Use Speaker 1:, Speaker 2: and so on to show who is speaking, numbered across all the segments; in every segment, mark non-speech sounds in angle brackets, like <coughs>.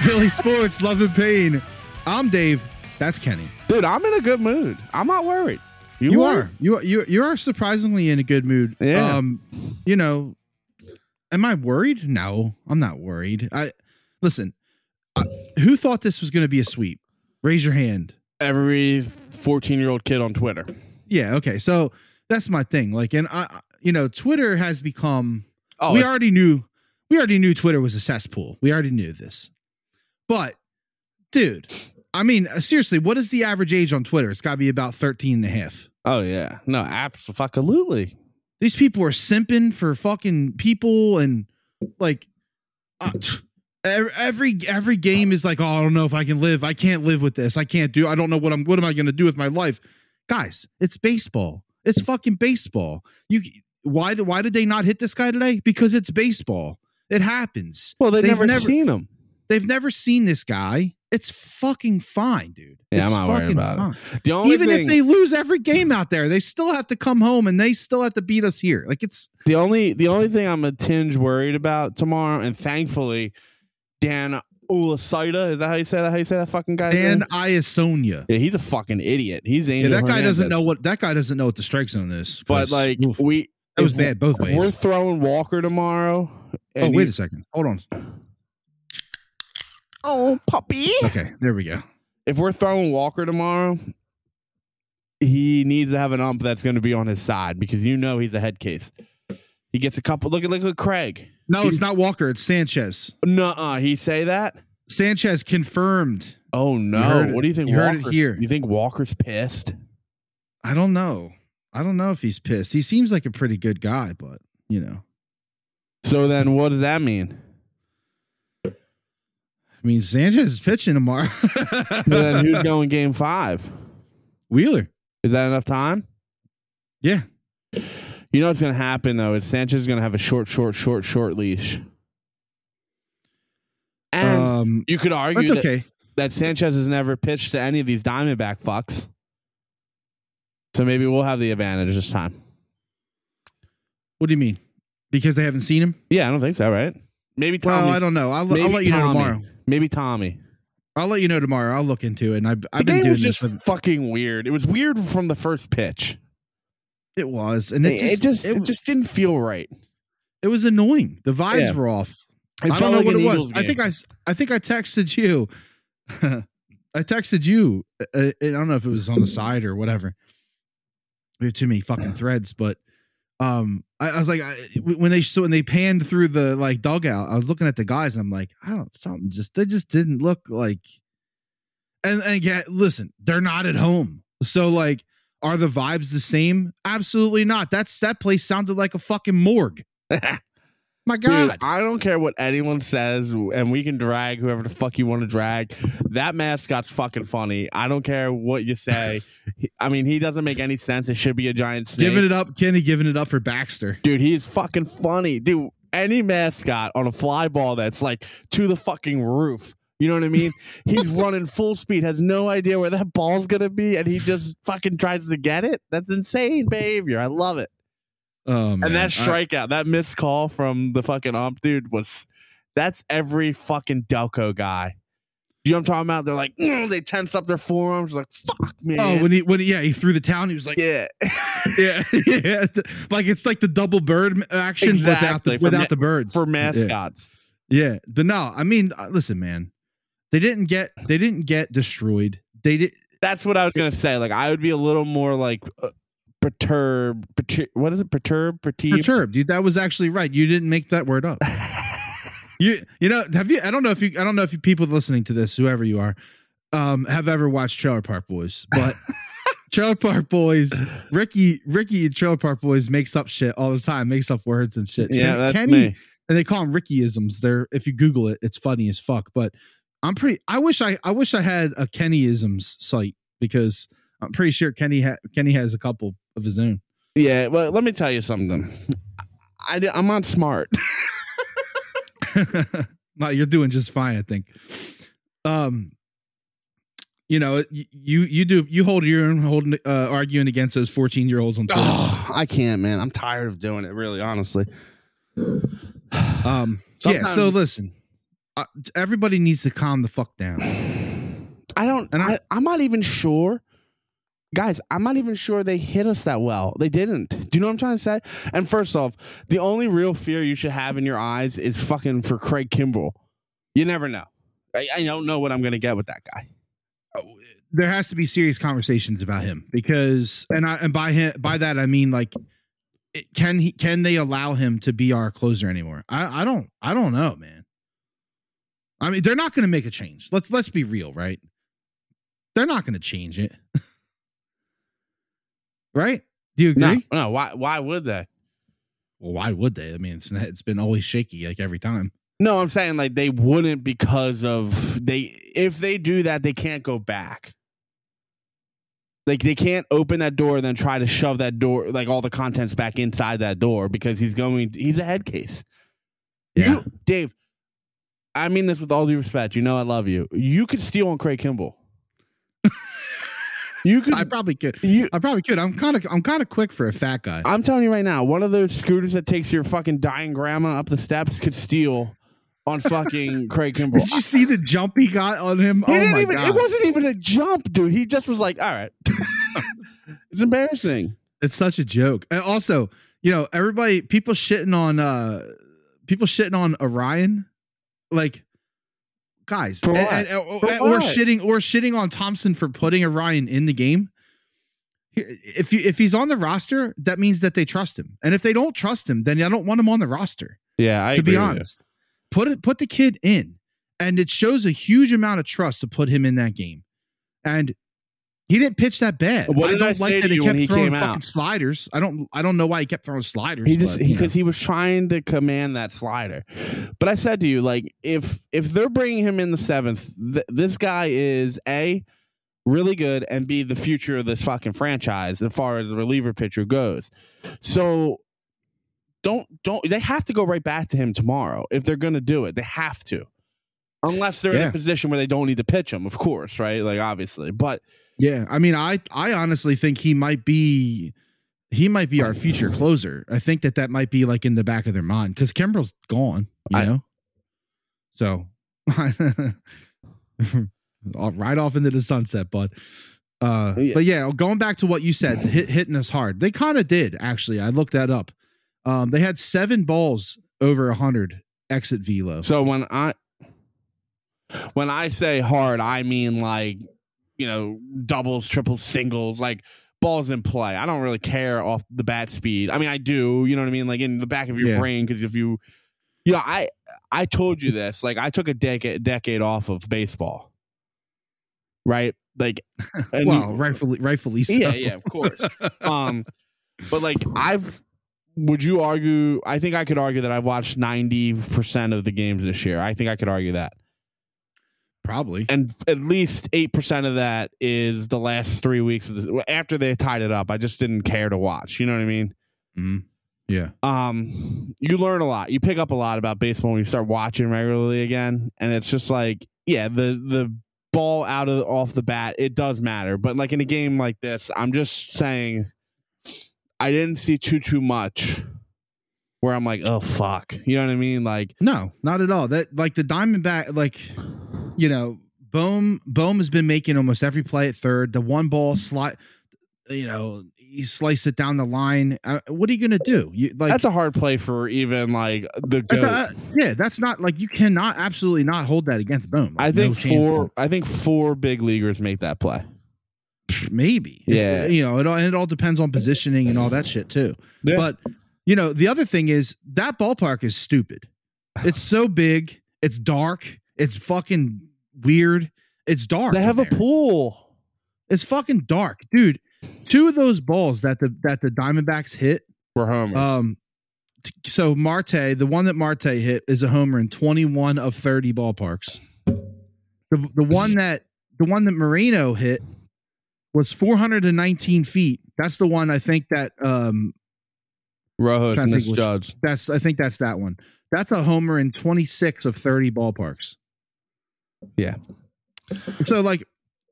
Speaker 1: Philly Sports, Love and Pain. I'm Dave. That's Kenny.
Speaker 2: Dude, I'm in a good mood. I'm not worried.
Speaker 1: You, are. You are- you you are surprisingly in a good mood.
Speaker 2: Yeah.
Speaker 1: Um, you know, am I worried? No, I'm not worried. I listen. I, who thought this was going to be a sweep? Raise your hand.
Speaker 2: Every 14 year old kid on Twitter.
Speaker 1: Yeah. Okay. So that's my thing. Like, and I, you know, Twitter has become.
Speaker 2: Oh,
Speaker 1: we
Speaker 2: it's-
Speaker 1: already knew. We already knew Twitter was a cesspool. We already knew this. But, dude, I mean, uh, seriously, what is the average age on Twitter? It's got to be about 13 and a half.
Speaker 2: Oh, yeah. No, absolutely.
Speaker 1: These people are simping for fucking people and like uh, t- ev- every every game is like, oh, I don't know if I can live. I can't live with this. I can't do. I don't know what I'm. What am I going to do with my life, guys? It's baseball. It's fucking baseball. You why did why did they not hit this guy today? Because it's baseball. It happens.
Speaker 2: Well, they've
Speaker 1: They've
Speaker 2: never,
Speaker 1: never-
Speaker 2: seen him.
Speaker 1: They've never seen this guy. It's fucking fine, dude.
Speaker 2: Yeah,
Speaker 1: it's
Speaker 2: I'm not worried about it.
Speaker 1: fine.
Speaker 2: The only
Speaker 1: Even
Speaker 2: thing, Hmm.
Speaker 1: if they lose every game out there, they still have to come home and they still have to beat us here. Like it's
Speaker 2: the only the only thing I'm a tinge worried about tomorrow, and thankfully, Dan Ulasida, is that how you say that? How you say that fucking guy?
Speaker 1: Dan Iasonia.
Speaker 2: Yeah, he's a fucking idiot. He's
Speaker 1: Yeah,
Speaker 2: Angel
Speaker 1: that guy doesn't
Speaker 2: Hernandez.
Speaker 1: know what that guy doesn't know what the strike zone is.
Speaker 2: But
Speaker 1: 'cause,
Speaker 2: like
Speaker 1: oof,
Speaker 2: we,
Speaker 1: that was
Speaker 2: if-
Speaker 1: bad both
Speaker 2: If we're
Speaker 1: ways.
Speaker 2: throwing Walker tomorrow.
Speaker 1: Oh
Speaker 2: And
Speaker 1: wait a second, hold on.
Speaker 2: oh puppy!
Speaker 1: Okay, there we go.
Speaker 2: If we're throwing Walker tomorrow, he needs to have an ump that's going to be on his side because you know he's a head case. He gets a couple. Look at look at Craig.
Speaker 1: No,
Speaker 2: <laughs>
Speaker 1: it's not Walker. It's Sanchez.
Speaker 2: Nuh-uh, he say that.
Speaker 1: Sanchez confirmed.
Speaker 2: Oh no!
Speaker 1: heard it.
Speaker 2: What do you think?
Speaker 1: You heard it
Speaker 2: Walker's,
Speaker 1: here.
Speaker 2: You think Walker's pissed?
Speaker 1: I don't know. I don't know if he's pissed. He seems like a pretty good guy, but you know,
Speaker 2: So then, what does that mean?
Speaker 1: I mean, Sanchez is pitching tomorrow. <laughs>
Speaker 2: So then who's going game five?
Speaker 1: Wheeler.
Speaker 2: Is that enough time?
Speaker 1: Yeah.
Speaker 2: You know what's going to happen though is Sanchez is going to have a short, short, short, short leash. And
Speaker 1: Um,
Speaker 2: you could argue
Speaker 1: that's
Speaker 2: that,
Speaker 1: okay.
Speaker 2: that Sanchez has never pitched to any of these Diamondback fucks. So maybe we'll have the advantage this time.
Speaker 1: What do you mean? Because they haven't seen him?
Speaker 2: Yeah, I don't think so, right? Maybe Tommy.
Speaker 1: Well, I don't know. I'll, I'll
Speaker 2: maybe
Speaker 1: let you know
Speaker 2: Tommy.
Speaker 1: tomorrow.
Speaker 2: Maybe Tommy.
Speaker 1: I'll let you know tomorrow. I'll look into it. And I've,
Speaker 2: The
Speaker 1: I've been
Speaker 2: game
Speaker 1: doing
Speaker 2: was
Speaker 1: this.
Speaker 2: just fucking weird. It was weird from the first pitch.
Speaker 1: it was, and it just, it,
Speaker 2: it, just didn't feel right.
Speaker 1: it was annoying. The vibes
Speaker 2: Yeah.
Speaker 1: were off.
Speaker 2: It
Speaker 1: I
Speaker 2: felt
Speaker 1: don't know
Speaker 2: like
Speaker 1: what
Speaker 2: an
Speaker 1: it was.
Speaker 2: Eagles
Speaker 1: I
Speaker 2: game.
Speaker 1: think I, s- I think I texted you. <laughs> I texted you. uh, uh, I don't know if it was on the side or whatever. We have too many fucking threads, but um, I, I was like, I, when they so when they panned through the like dugout, I was looking at the guys and I'm like, I don't something just they just didn't look like. And and yeah, listen, they're not at home, so like, are the vibes the same? Absolutely not. That's that place sounded like a fucking
Speaker 2: <laughs>
Speaker 1: morgue. My God,
Speaker 2: Dude, I don't care what anyone says, and we can drag whoever the fuck you want to drag. That mascot's fucking funny. I don't care what you say.
Speaker 1: <laughs>
Speaker 2: He- I mean, he doesn't make any sense. It should be a giant snake.
Speaker 1: Giving it up, Kenny giving it up for Baxter.
Speaker 2: Dude, he is fucking funny. Dude, any mascot on a fly ball that's like to the fucking roof. You know what
Speaker 1: <laughs>
Speaker 2: I mean? He's running full speed, has no idea where that ball's gonna be, and he just fucking tries to get it. That's insane behavior. I love it.
Speaker 1: Oh man.
Speaker 2: And that
Speaker 1: I-
Speaker 2: strikeout, that missed call from the fucking ump dude was that's every fucking Delco guy. Do you know what I'm talking about? They're like, <clears throat> "Mm," they tense up their forearms, like, fuck man.
Speaker 1: Oh, when he when he, yeah, he threw the town, he was like
Speaker 2: yeah.
Speaker 1: <laughs> yeah, yeah. like it's like the double bird action without the
Speaker 2: Exactly, for
Speaker 1: without
Speaker 2: ma-
Speaker 1: the birds.
Speaker 2: For
Speaker 1: Yeah.
Speaker 2: mascots.
Speaker 1: Yeah. But no, I mean, uh, listen man. They didn't get they didn't get destroyed. They did
Speaker 2: That's what I was gonna say. Like, I would be a little more like uh, perturbed. pertu- what is it? Perturbed. Perturbed.
Speaker 1: perturbed, dude. That was actually right. You didn't make that word
Speaker 2: <laughs>
Speaker 1: up. You you know, have you I don't know if you I don't know if you people listening to this, whoever you are, um, have ever watched Trailer Park Boys,
Speaker 2: <laughs>
Speaker 1: but Trailer Park Boys, Ricky, Ricky and Trailer Park Boys makes up shit all the time, makes up words and shit.
Speaker 2: yeah,
Speaker 1: Ken-
Speaker 2: that's
Speaker 1: Kenny,
Speaker 2: me.
Speaker 1: and they call them Rickyisms. They're if you Google it, it's funny as fuck. But I'm pretty I wish I I wish I had a Kennyisms site because I'm pretty sure Kenny ha- Kenny has a couple of his own.
Speaker 2: Yeah. Well, let me tell you something. I, I- I'm not smart.
Speaker 1: <laughs> no, you're doing just fine, I think. Um, you know, y- you you do you hold your own holding uh, arguing against those 14 year olds on Twitter.
Speaker 2: Oh, <sighs> I can't, man. I'm tired of doing it. Really, honestly.
Speaker 1: Um, yeah.
Speaker 2: Sometimes-
Speaker 1: So listen, uh, everybody needs to calm the fuck down.
Speaker 2: I don't.
Speaker 1: And I-
Speaker 2: I, I'm not even sure. Guys, I'm not even sure they hit us that well. They didn't. Do you know what I'm trying to say? And first off, the only real fear you should have in your eyes is fucking for Craig Kimball. You never know. I, I don't know what I'm gonna get with that guy.
Speaker 1: There has to be serious conversations about him because, and I and by him by that I mean like, it, can he can they allow him to be our closer anymore? I I don't I don't know, man. I mean, they're not going to make a change. Let's let's be real, right? They're not going to change it, <laughs> right? Do you agree?
Speaker 2: No, no. Why? Why would they?
Speaker 1: Well, why would they? I mean, it's it's been always shaky, like every time.
Speaker 2: No, I'm saying like they wouldn't because of they. If they do that, they can't go back. Like they can't open that door and then try to shove that door, like all the contents back inside that door because he's going. He's a head case. You, Dave, I mean this with all due respect. You know I love you. You could steal on
Speaker 1: <laughs>
Speaker 2: Craig Kimball. you could.
Speaker 1: I probably could.
Speaker 2: you,
Speaker 1: I probably could. I'm kind of I'm kind of quick for a fat guy.
Speaker 2: I'm telling you right now, one of those scooters that takes your fucking dying grandma up the steps could steal on fucking Craig Kimball.
Speaker 1: Did <laughs> you see the jump he got on him?
Speaker 2: He
Speaker 1: oh
Speaker 2: didn't
Speaker 1: my
Speaker 2: even.
Speaker 1: god!
Speaker 2: It wasn't even a jump, dude. He just was like,
Speaker 1: <laughs>
Speaker 2: "All right." it's embarrassing.
Speaker 1: it's such a joke. And also, you know, everybody people shitting on uh people shitting on Orion, like guys,
Speaker 2: For
Speaker 1: and-
Speaker 2: what?
Speaker 1: and- or-
Speaker 2: For
Speaker 1: or
Speaker 2: what?
Speaker 1: shitting or shitting on Thompson for putting Orion in the game. If you if he's on the roster, that means that they trust him. And if they don't trust him, then I don't want him on the roster.
Speaker 2: Yeah, I
Speaker 1: to be honest. Put it put the kid in. And it shows a huge amount of trust to put him in that game. And he didn't pitch that bad.
Speaker 2: What
Speaker 1: I
Speaker 2: did
Speaker 1: don't
Speaker 2: I
Speaker 1: like
Speaker 2: say
Speaker 1: that
Speaker 2: to
Speaker 1: he
Speaker 2: you when
Speaker 1: kept
Speaker 2: he
Speaker 1: throwing
Speaker 2: came
Speaker 1: fucking
Speaker 2: out?
Speaker 1: sliders. I don't I don't know why he kept throwing sliders.
Speaker 2: He just
Speaker 1: but, you know.
Speaker 2: because he was trying to command that slider, but I said to you, like, if if they're bringing him in the seventh, th- this guy is a really good and b the future of this fucking franchise as far as the reliever pitcher goes. So don't don't they have to go right back to him tomorrow if they're going to do it? They have to, unless they're in
Speaker 1: Yeah.
Speaker 2: a position where they don't need to pitch him, of course, right? Like obviously, but
Speaker 1: Yeah, I mean, I I honestly think he might be he might be our future closer. I think that that might be like in the back of their mind because Kimbrel's gone, you
Speaker 2: I-
Speaker 1: know. So, <laughs> I'll right off into the sunset, bud. Uh,
Speaker 2: Oh, Yeah.
Speaker 1: But yeah, going back to what you said, hit, hitting us hard. They kind of did actually. I looked that up. Um, they had seven balls over hundred exit velo.
Speaker 2: So when I when I say hard, I mean like you know doubles, triples, singles, like balls in play. I don't really care off the bat speed. I mean, I do. You know what I mean? Like in the back of your
Speaker 1: Yeah.
Speaker 2: brain, because if you, you know, I I told you this. Like I took a decade decade off of baseball, right?
Speaker 1: <laughs>
Speaker 2: Like, and
Speaker 1: wow, rightfully, rightfully so. <laughs>
Speaker 2: yeah, yeah, of course um but like i've would you argue i think i could argue that i've watched 90% of the games this year i think i could argue that
Speaker 1: Probably.
Speaker 2: and at least 8% of that is the last three weeks of the after they tied it up i just didn't care to watch you know what i mean
Speaker 1: Mhm. Yeah.
Speaker 2: um you learn a lot you pick up a lot about baseball when you start watching regularly again and it's just like yeah the the ball out of off the bat it does matter but like in a game like this i'm just saying i didn't see too too much where i'm like oh fuck you know what i mean like
Speaker 1: No, not at all. That like the Diamondback, like you know, Bohm Bohm has been making almost every play at third. The one ball slot, you know, he sliced it down the line. Uh, what are you gonna do? You like
Speaker 2: that's a hard play for even like the
Speaker 1: that's
Speaker 2: goat.
Speaker 1: a- uh, yeah, that's not like you cannot absolutely not hold that against Bohm.
Speaker 2: i
Speaker 1: Like, no
Speaker 2: think
Speaker 1: chance.
Speaker 2: four i think four big leaguers make that play
Speaker 1: maybe It-
Speaker 2: Yeah.
Speaker 1: you know, it all and it all depends on positioning and all that shit too.
Speaker 2: Yeah.
Speaker 1: But you know, the other thing is that ballpark is stupid. It's so big. It's dark. It's fucking weird. It's dark.
Speaker 2: they
Speaker 1: in
Speaker 2: have a
Speaker 1: there.
Speaker 2: pool
Speaker 1: It's fucking dark, dude. Two of those balls that the that the Diamondbacks hit.
Speaker 2: for home
Speaker 1: Um, t- so Marte, the one that Marte hit is a homer in 21 of 30 ballparks. The the one that the one that Marino hit was 419 feet. That's the one I think that um
Speaker 2: rojos
Speaker 1: trying
Speaker 2: and
Speaker 1: to
Speaker 2: this
Speaker 1: think which-
Speaker 2: judge
Speaker 1: that's I think that's that one. That's a homer in 26 of 30 ballparks.
Speaker 2: Yeah.
Speaker 1: So like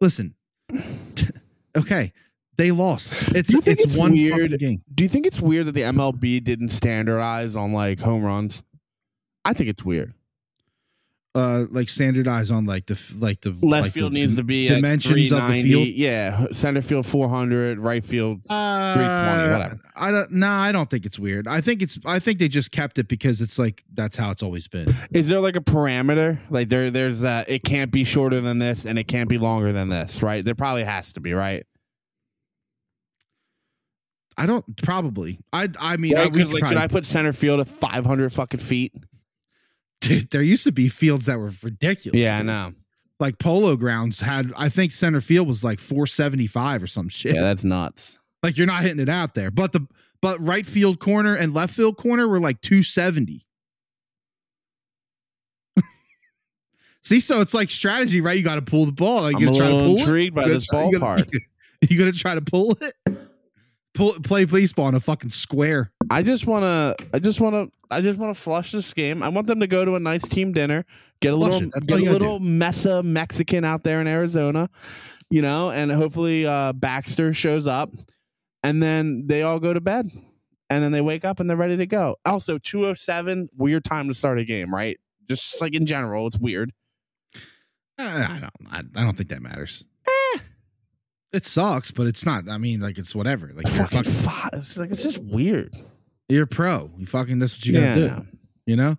Speaker 1: listen. <laughs> okay. They lost. It's
Speaker 2: Do you think
Speaker 1: it's,
Speaker 2: it's
Speaker 1: one
Speaker 2: weird-
Speaker 1: fucking game.
Speaker 2: Do you think it's weird that the MLB didn't standardize on like home runs? I think it's weird.
Speaker 1: uh like standardize on like the f- like the
Speaker 2: Left
Speaker 1: like
Speaker 2: field
Speaker 1: the,
Speaker 2: needs to be at
Speaker 1: dimensions of the
Speaker 2: 390.
Speaker 1: field?
Speaker 2: Yeah, center field 400, right field.
Speaker 1: Uh,
Speaker 2: whatever.
Speaker 1: I don't. Nah, I don't think it's weird. I think it's. I think they just kept it because it's like that's how it's always been.
Speaker 2: Is there like a parameter? Like there, there's uh it can't be shorter than this and it can't be longer than this, right? There probably has to be, right?
Speaker 1: I don't probably. I. I mean, I,
Speaker 2: Right,
Speaker 1: we
Speaker 2: 'cause,
Speaker 1: could
Speaker 2: like,
Speaker 1: probably-
Speaker 2: can I put center field at 500 fucking feet?
Speaker 1: Dude, there used to be fields that were ridiculous.
Speaker 2: Yeah, I
Speaker 1: dude.
Speaker 2: know.
Speaker 1: Like polo grounds had. I think center field was like four seventy five or some shit.
Speaker 2: Yeah, that's nuts.
Speaker 1: Like you're not hitting it out there. But the but right field corner and left field corner were like 270. <laughs> See, so it's like strategy, right? You got to pull the ball. Like
Speaker 2: I'm a
Speaker 1: you're trying to
Speaker 2: little
Speaker 1: pull it.
Speaker 2: intrigued by
Speaker 1: You
Speaker 2: this
Speaker 1: gonna try- you gonna- <laughs>
Speaker 2: ballpark.
Speaker 1: You gonna try to pull it? Pull play baseball in a fucking square.
Speaker 2: I just want to. I just want to. I just want to flush this game. I want them to go to a nice team dinner, get a
Speaker 1: Flush
Speaker 2: little,
Speaker 1: it. That's
Speaker 2: get
Speaker 1: all
Speaker 2: a
Speaker 1: you gotta
Speaker 2: little mesa Mexican out there in Arizona, you know, and hopefully uh, Baxter shows up, and then they all go to bed, and then they wake up and they're ready to go. Also, two oh seven, weird time to start a game, right? Just like in general, it's weird.
Speaker 1: Uh, I don't. I, I don't think that matters.
Speaker 2: Eh.
Speaker 1: It sucks, but it's not. I mean, like it's whatever. Like you're
Speaker 2: Fucking
Speaker 1: fucking,
Speaker 2: fi- it's like it's just weird.
Speaker 1: you're pro. You fucking. That's what you gotta
Speaker 2: Yeah, I
Speaker 1: do.
Speaker 2: know.
Speaker 1: You know.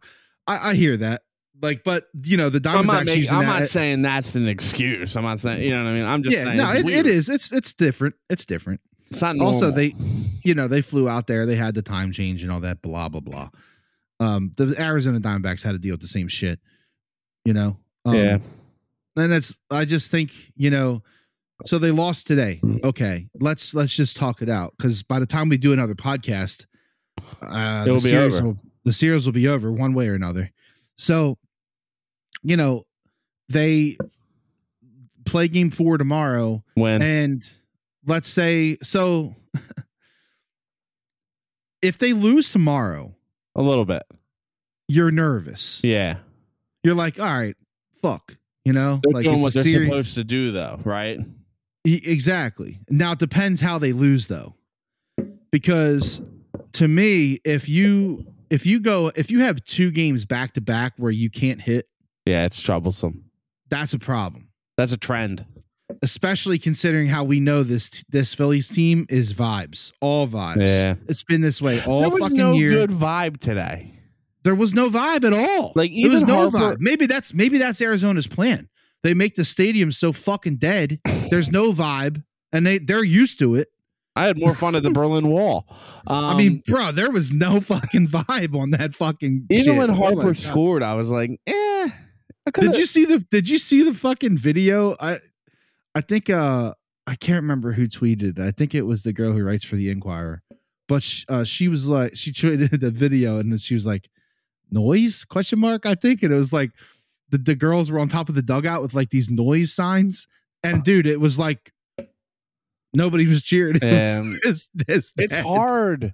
Speaker 1: I, I hear that. Like, but you know, the
Speaker 2: I'm
Speaker 1: Diamondbacks
Speaker 2: not making.
Speaker 1: using
Speaker 2: I'm
Speaker 1: that.
Speaker 2: not saying that's an excuse. I'm not saying. You know what I mean? I'm just
Speaker 1: yeah,
Speaker 2: saying.
Speaker 1: no, it,
Speaker 2: it's
Speaker 1: it
Speaker 2: weird.
Speaker 1: is. It's it's different. It's different.
Speaker 2: It's not
Speaker 1: Also,
Speaker 2: normal.
Speaker 1: they- You know, they flew out there. They had the time change and all that. Blah blah blah. Um, the Arizona Diamondbacks had to deal with the same shit. You know. Um,
Speaker 2: yeah.
Speaker 1: and that's i just think you know so they lost today
Speaker 2: Mm.
Speaker 1: okay let's let's just talk it out because by the time we do another podcast uh
Speaker 2: It'll
Speaker 1: the
Speaker 2: be
Speaker 1: series
Speaker 2: over.
Speaker 1: will the series will be over one way or another so you know they play game four tomorrow
Speaker 2: When
Speaker 1: and let's say so <laughs> if they lose tomorrow
Speaker 2: a little bit,
Speaker 1: you're nervous
Speaker 2: yeah.
Speaker 1: you're like all right fuck you know
Speaker 2: They're
Speaker 1: like
Speaker 2: doing
Speaker 1: it's
Speaker 2: what
Speaker 1: a
Speaker 2: they're
Speaker 1: series-
Speaker 2: supposed to do, though, right?
Speaker 1: E- Exactly. Now it depends how they lose though. Because to me, if you if you go if you have two games back to back where you can't hit,
Speaker 2: Yeah, it's troublesome.
Speaker 1: that's a problem.
Speaker 2: That's a trend.
Speaker 1: Especially considering how we know this this Phillies team is vibes, all vibes.
Speaker 2: Yeah,
Speaker 1: It's been this way all
Speaker 2: there was
Speaker 1: fucking
Speaker 2: no
Speaker 1: year.
Speaker 2: good vibe today.
Speaker 1: There was no vibe at all.
Speaker 2: Like,
Speaker 1: there was
Speaker 2: even
Speaker 1: no
Speaker 2: Harper-
Speaker 1: vibe. Maybe that's maybe that's Arizona's plan. They make the stadium so fucking dead. There's no vibe, and they they're used to it.
Speaker 2: I had more fun at the
Speaker 1: <laughs>
Speaker 2: Berlin Wall. Um,
Speaker 1: I mean, bro, there was no <laughs> fucking vibe on that fucking.
Speaker 2: even
Speaker 1: shit.
Speaker 2: when
Speaker 1: Oh my
Speaker 2: Harper
Speaker 1: God.
Speaker 2: scored, I was like, eh. I
Speaker 1: did
Speaker 2: could've-
Speaker 1: you see the did you see the fucking video? I I think uh I can't remember who tweeted. I think it was the girl who writes for the Inquirer, but sh- uh, she was like she tweeted <laughs> the video and then she was like noise question mark I think and it was like the the girls were on top of the dugout with like these noise signs and dude it was like nobody was cheering. <laughs> It was
Speaker 2: Um,
Speaker 1: this- this, <laughs>
Speaker 2: It's
Speaker 1: that.
Speaker 2: hard.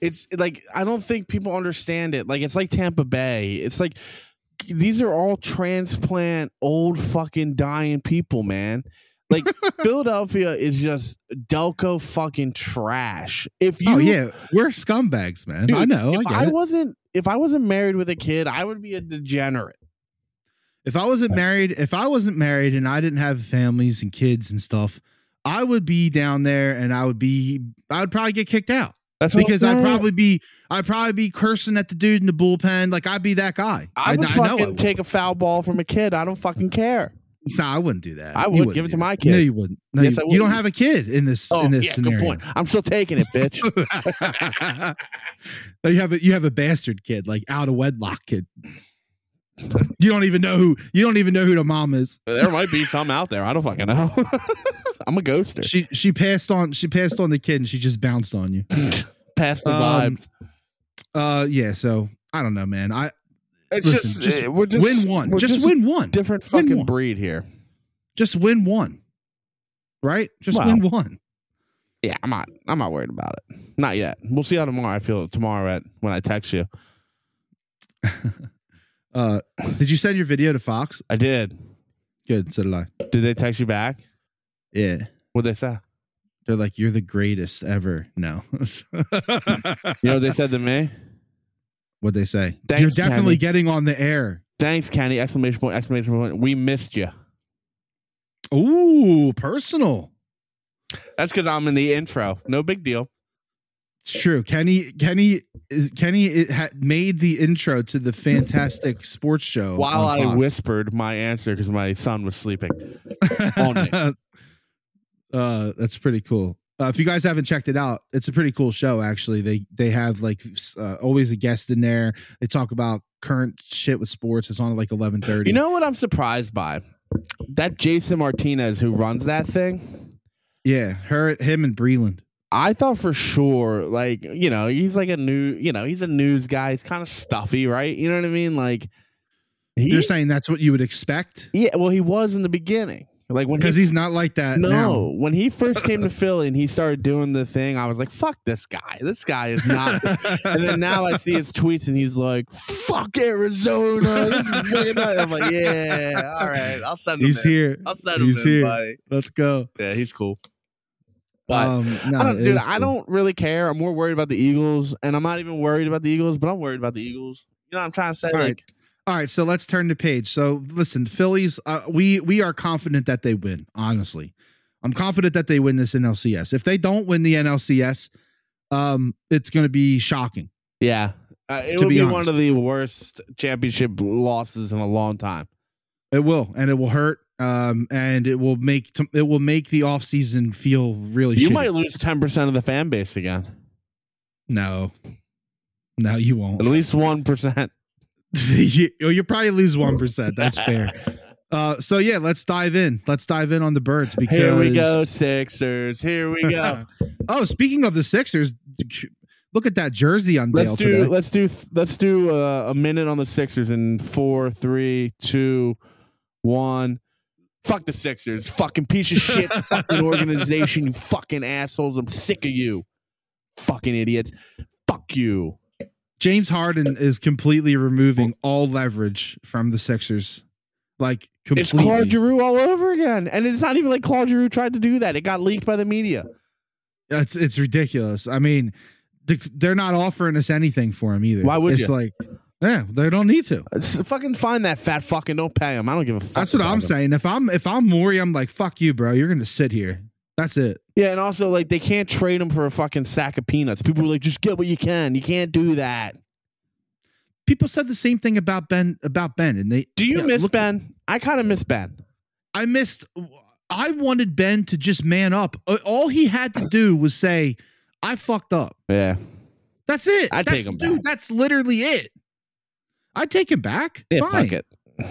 Speaker 2: It's like I don't think people understand it. Like it's like Tampa Bay. It's like these are all transplant old fucking dying people, man.
Speaker 1: <laughs>
Speaker 2: Like Philadelphia is just Delco fucking trash. If you
Speaker 1: oh yeah, we're scumbags, man. I
Speaker 2: Dude,
Speaker 1: know. I
Speaker 2: if
Speaker 1: get
Speaker 2: I,
Speaker 1: it.
Speaker 2: wasn't if I wasn't married with a kid, I would be a degenerate.
Speaker 1: if I wasn't married, if I wasn't married and I didn't have families and kids and stuff, I would be down there and I would be I would probably get kicked out
Speaker 2: That's
Speaker 1: because I'd probably be I'd probably be cursing at the dude in the bullpen like I'd be that guy.
Speaker 2: I would
Speaker 1: I
Speaker 2: fucking
Speaker 1: would.
Speaker 2: take a foul ball from a kid. I don't fucking care.
Speaker 1: No, I wouldn't do that.
Speaker 2: I
Speaker 1: You
Speaker 2: would
Speaker 1: wouldn't
Speaker 2: give it
Speaker 1: do
Speaker 2: to
Speaker 1: that.
Speaker 2: my kid.
Speaker 1: No, you wouldn't. No,
Speaker 2: Yes,
Speaker 1: you,
Speaker 2: I
Speaker 1: you don't
Speaker 2: would.
Speaker 1: have a kid in this
Speaker 2: Oh
Speaker 1: in this
Speaker 2: yeah,
Speaker 1: scenario.
Speaker 2: good point. I'm still taking it, bitch.
Speaker 1: No, <laughs> you have a you have a bastard kid like out of wedlock kid. You don't even know who you don't even know who the mom is.
Speaker 2: there might be some out there. I don't fucking know. <laughs> I'm a ghoster.
Speaker 1: She she passed on she passed on the kid and she just bounced on you.
Speaker 2: Pass the
Speaker 1: Um,
Speaker 2: vibes.
Speaker 1: Uh, yeah. So I don't know, man. I
Speaker 2: It's
Speaker 1: listen, just
Speaker 2: eh, we're
Speaker 1: win one.
Speaker 2: we're
Speaker 1: Just,
Speaker 2: just
Speaker 1: win one.
Speaker 2: Different
Speaker 1: Win
Speaker 2: fucking
Speaker 1: one.
Speaker 2: breed here.
Speaker 1: just win one. Right. Just
Speaker 2: Wow.
Speaker 1: win one. <laughs>
Speaker 2: Yeah, I'm not. I'm not worried about it. Not yet. We'll see how tomorrow. I feel tomorrow at when I text you.
Speaker 1: Uh, did you send your video to Fox?
Speaker 2: I did.
Speaker 1: Good. So did I.
Speaker 2: Did they text you back?
Speaker 1: Yeah.
Speaker 2: What they say?
Speaker 1: They're like, you're the greatest ever. No. <laughs>
Speaker 2: You know what they said to me?
Speaker 1: what they say?
Speaker 2: Thanks,
Speaker 1: you're definitely
Speaker 2: Tammy.
Speaker 1: getting on the air.
Speaker 2: Thanks, Kenny! Exclamation point! Exclamation point! We missed you.
Speaker 1: Ooh, personal.
Speaker 2: That's because I'm in the intro. No big deal.
Speaker 1: It's true. Kenny Kenny is Kenny it ha- made the intro to the fantastic sports show.
Speaker 2: While
Speaker 1: on
Speaker 2: I
Speaker 1: Fox.
Speaker 2: whispered my answer because my son was sleeping. on it.
Speaker 1: <laughs> uh, that's pretty cool. Uh, if you guys haven't checked it out, it's a pretty cool show. Actually, they they have like s- uh, always a guest in there. They talk about current shit with sports. It's on at like eleven thirty.
Speaker 2: You know what I'm surprised by? That Jason Martinez who runs that thing.
Speaker 1: yeah, her, him, and Breland.
Speaker 2: I thought for sure, like, you know, he's like a new, you know, he's a news guy. He's kind of stuffy, right? You know what I mean? Like,
Speaker 1: You're
Speaker 2: he's-
Speaker 1: saying that's what you would expect
Speaker 2: yeah, well, he was in the beginning. Like, when
Speaker 1: because
Speaker 2: he,
Speaker 1: he's not like that.
Speaker 2: no,
Speaker 1: now.
Speaker 2: when he first
Speaker 1: <laughs>
Speaker 2: came to Philly and he started doing the thing, I was like, fuck this guy. This guy is
Speaker 1: <laughs>
Speaker 2: not. and then now I see his tweets and he's like, fuck Arizona. This is fucking nuts." I'm like, yeah, all right. I'll send him.
Speaker 1: he's
Speaker 2: in.
Speaker 1: here.
Speaker 2: I'll send him.
Speaker 1: He's
Speaker 2: in,
Speaker 1: here.
Speaker 2: buddy.
Speaker 1: Let's go.
Speaker 2: Yeah, he's cool. But
Speaker 1: um, no,
Speaker 2: I don't,
Speaker 1: it
Speaker 2: dude,
Speaker 1: is
Speaker 2: I
Speaker 1: cool.
Speaker 2: don't really care. I'm more worried about the Eagles, and I'm not even worried about the Eagles, but I'm worried about the Eagles. You know what I'm trying to say?
Speaker 1: All
Speaker 2: like,
Speaker 1: right. All right, so let's turn the page. So listen, Phillies, uh, we we are confident that they win. Honestly, I'm confident that they win this NLCS. If they don't win the NLCS, um, it's going to be shocking.
Speaker 2: yeah, uh, it
Speaker 1: To
Speaker 2: would
Speaker 1: be
Speaker 2: be, one
Speaker 1: honest.
Speaker 2: of the worst championship losses in a long time.
Speaker 1: It will, and it will hurt. Um, and it will make t- it will make the offseason feel really.
Speaker 2: You
Speaker 1: shitty.
Speaker 2: might lose 10 percent of the fan base again,
Speaker 1: no, no, you
Speaker 2: at
Speaker 1: won't.
Speaker 2: least one percent.
Speaker 1: <laughs> you, you'll probably lose one percent. That's
Speaker 2: <laughs>
Speaker 1: fair. Uh, so yeah, let's dive in. Let's dive in on the birds because
Speaker 2: Here we go, Sixers. Here we go.
Speaker 1: <laughs> oh, speaking of the Sixers, look at that jersey on
Speaker 2: let's
Speaker 1: Bale
Speaker 2: do.
Speaker 1: today.
Speaker 2: Let's do. Let's do uh, a minute on the Sixers in four, three, two, one. Fuck the Sixers. Fucking piece
Speaker 1: <laughs>
Speaker 2: of shit. fucking organization, you fucking assholes. I'm sick of you. Fucking idiots. Fuck you.
Speaker 1: James Harden is completely removing all leverage from the Sixers. Like
Speaker 2: It's Claude
Speaker 1: completely.
Speaker 2: Giroux all over again. And it's not even like Claude Giroux tried to do that. It got leaked by the media.
Speaker 1: It's it's ridiculous. I mean, th- they're not offering us anything for him either.
Speaker 2: Why would
Speaker 1: it's
Speaker 2: you?
Speaker 1: like, yeah, they don't need to.
Speaker 2: S- fucking find that fat fucking. Don't pay him. I don't give a fuck.
Speaker 1: That's what
Speaker 2: about
Speaker 1: I'm
Speaker 2: him.
Speaker 1: saying. If I'm if I'm Maury, I'm like, fuck you, bro. You're gonna sit here. That's it.
Speaker 2: Yeah, and also, like, they can't trade him for a fucking sack of peanuts. People were like, just get what you can. You can't do that.
Speaker 1: People said the same thing about Ben about Ben, and they.
Speaker 2: Do you
Speaker 1: Yeah,
Speaker 2: miss
Speaker 1: look-
Speaker 2: Ben? I kind of miss Ben.
Speaker 1: I missed. I wanted Ben to just man up. Uh, All he had to do was say, "I fucked up."
Speaker 2: Yeah.
Speaker 1: That's it.
Speaker 2: I'd
Speaker 1: that's,
Speaker 2: take him
Speaker 1: dude,
Speaker 2: back.
Speaker 1: That's literally it. I take him back.
Speaker 2: Yeah,
Speaker 1: fine.
Speaker 2: fuck it.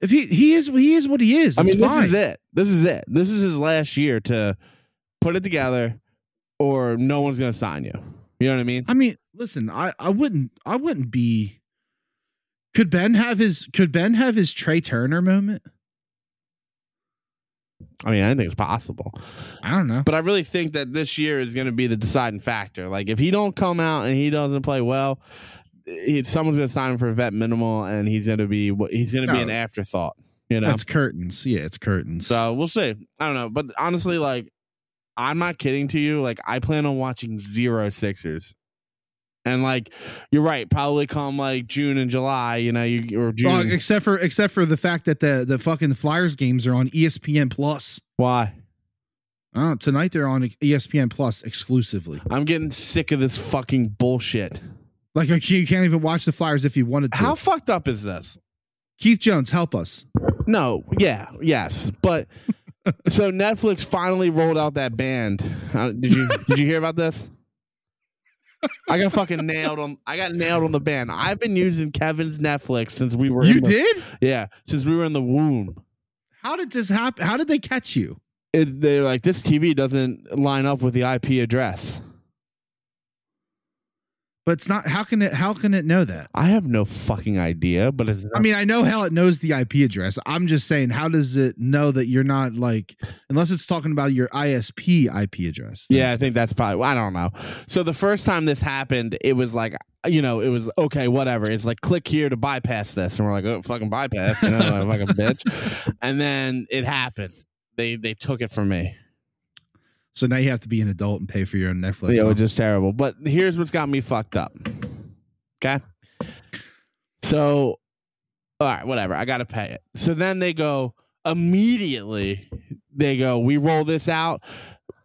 Speaker 1: If he he is he is what he is.
Speaker 2: I
Speaker 1: It's
Speaker 2: mean, this
Speaker 1: fine.
Speaker 2: is it. This is it. This is his last year to put it together, or no one's gonna sign you. You know what I mean?
Speaker 1: I mean, listen, I I wouldn't I wouldn't be. Could Ben have his Could Ben have his Trey Turner moment?
Speaker 2: I mean, I think it's possible,
Speaker 1: I don't know.
Speaker 2: but I really think that this year is gonna be the deciding factor. Like, if he don't come out and he doesn't play well, he, someone's gonna sign him for a vet minimal, and he's gonna be he's gonna be
Speaker 1: No.
Speaker 2: an afterthought. You know?
Speaker 1: That's curtains. Yeah, it's curtains.
Speaker 2: um, So we'll see. I don't know, but honestly, like, I'm not kidding to you. Like, I plan on watching zero Sixers, and like, you're right. Probably come like June and July. You know, you or June.
Speaker 1: Well, except for except for the fact that the the fucking Flyers games are on E ESPN Plus.
Speaker 2: Why?
Speaker 1: Oh, tonight they're on ESPN Plus exclusively.
Speaker 2: I'm getting sick of this fucking bullshit.
Speaker 1: Like you can't even watch the Flyers if you wanted to.
Speaker 2: How fucked up is this?
Speaker 1: Keith Jones, help us.
Speaker 2: No, yeah, yes,
Speaker 1: <laughs>
Speaker 2: but so Netflix finally rolled out that band. Uh, did you did you hear about this? I got fucking nailed on. I got nailed on the band. I've been using Kevin's Netflix since we were
Speaker 1: You
Speaker 2: in the-
Speaker 1: did?
Speaker 2: Yeah, since we were in the womb,
Speaker 1: How did this happen? How did they catch you?
Speaker 2: it, they're like, this TV doesn't line up with the IP address.
Speaker 1: But it's not. How can it? How can it know that?
Speaker 2: I have no fucking idea, but it's
Speaker 1: I mean, I know how it knows the IP address. I'm just saying, how does it know that you're not like, unless it's talking about your ISP IP address?
Speaker 2: yeah, I think that's probably. I don't know. So the first time this happened, it was like, you know, it was okay, whatever. It's like click here to bypass this, and we're like, oh, fucking bypass, you know, like, fucking bitch. <laughs> And then it happened. They they took it from me.
Speaker 1: So now you have to be an adult and pay for your own Netflix.
Speaker 2: it
Speaker 1: huh?
Speaker 2: was just terrible. But here's what's got me fucked up. Okay. So all right, whatever. I got to pay it. So then they go immediately. They go, we roll this out.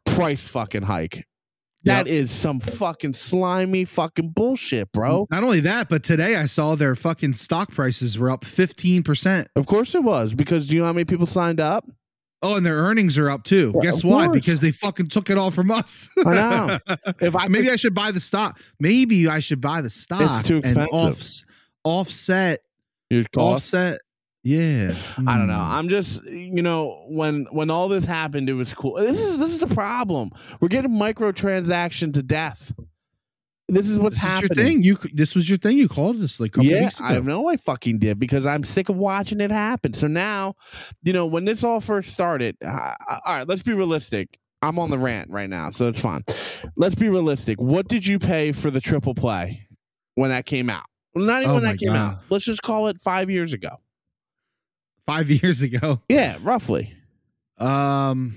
Speaker 2: Price fucking hike. That is some fucking slimy fucking bullshit, bro.
Speaker 1: Not only that, but today I saw their fucking stock prices were up 15%.
Speaker 2: Of course it was because do you know how many people signed up?
Speaker 1: Oh, and their earnings are up too.
Speaker 2: Yeah,
Speaker 1: Guess
Speaker 2: of
Speaker 1: why?
Speaker 2: course.
Speaker 1: Because they fucking took it all from us.
Speaker 2: <laughs> I know. If I
Speaker 1: <laughs> Maybe I should buy the stock. Maybe I should buy the stock.
Speaker 2: too
Speaker 1: and
Speaker 2: expensive.
Speaker 1: offs- offset.
Speaker 2: your
Speaker 1: Offset. Yeah.
Speaker 2: I don't know.
Speaker 1: Hmm.
Speaker 2: I'm just you know when when all this happened, it was cool. This is this is the problem. We're getting microtransaction to death. This is what's
Speaker 1: this
Speaker 2: happening.
Speaker 1: Is your thing. You c- this was your thing. You called this like a couple
Speaker 2: yeah,
Speaker 1: weeks ago.
Speaker 2: I know I fucking did because I'm sick of watching it happen. So now, you know, when this all first started, I, I- all right, let's be realistic. I'm on the rant right now, so it's fine. Let's be realistic. What did you pay for the triple play when that came out? Well, not even
Speaker 1: Oh
Speaker 2: when
Speaker 1: my
Speaker 2: that came
Speaker 1: God.
Speaker 2: out. Let's just call it five years ago.
Speaker 1: Five <laughs> years ago.
Speaker 2: Yeah, roughly.
Speaker 1: Um,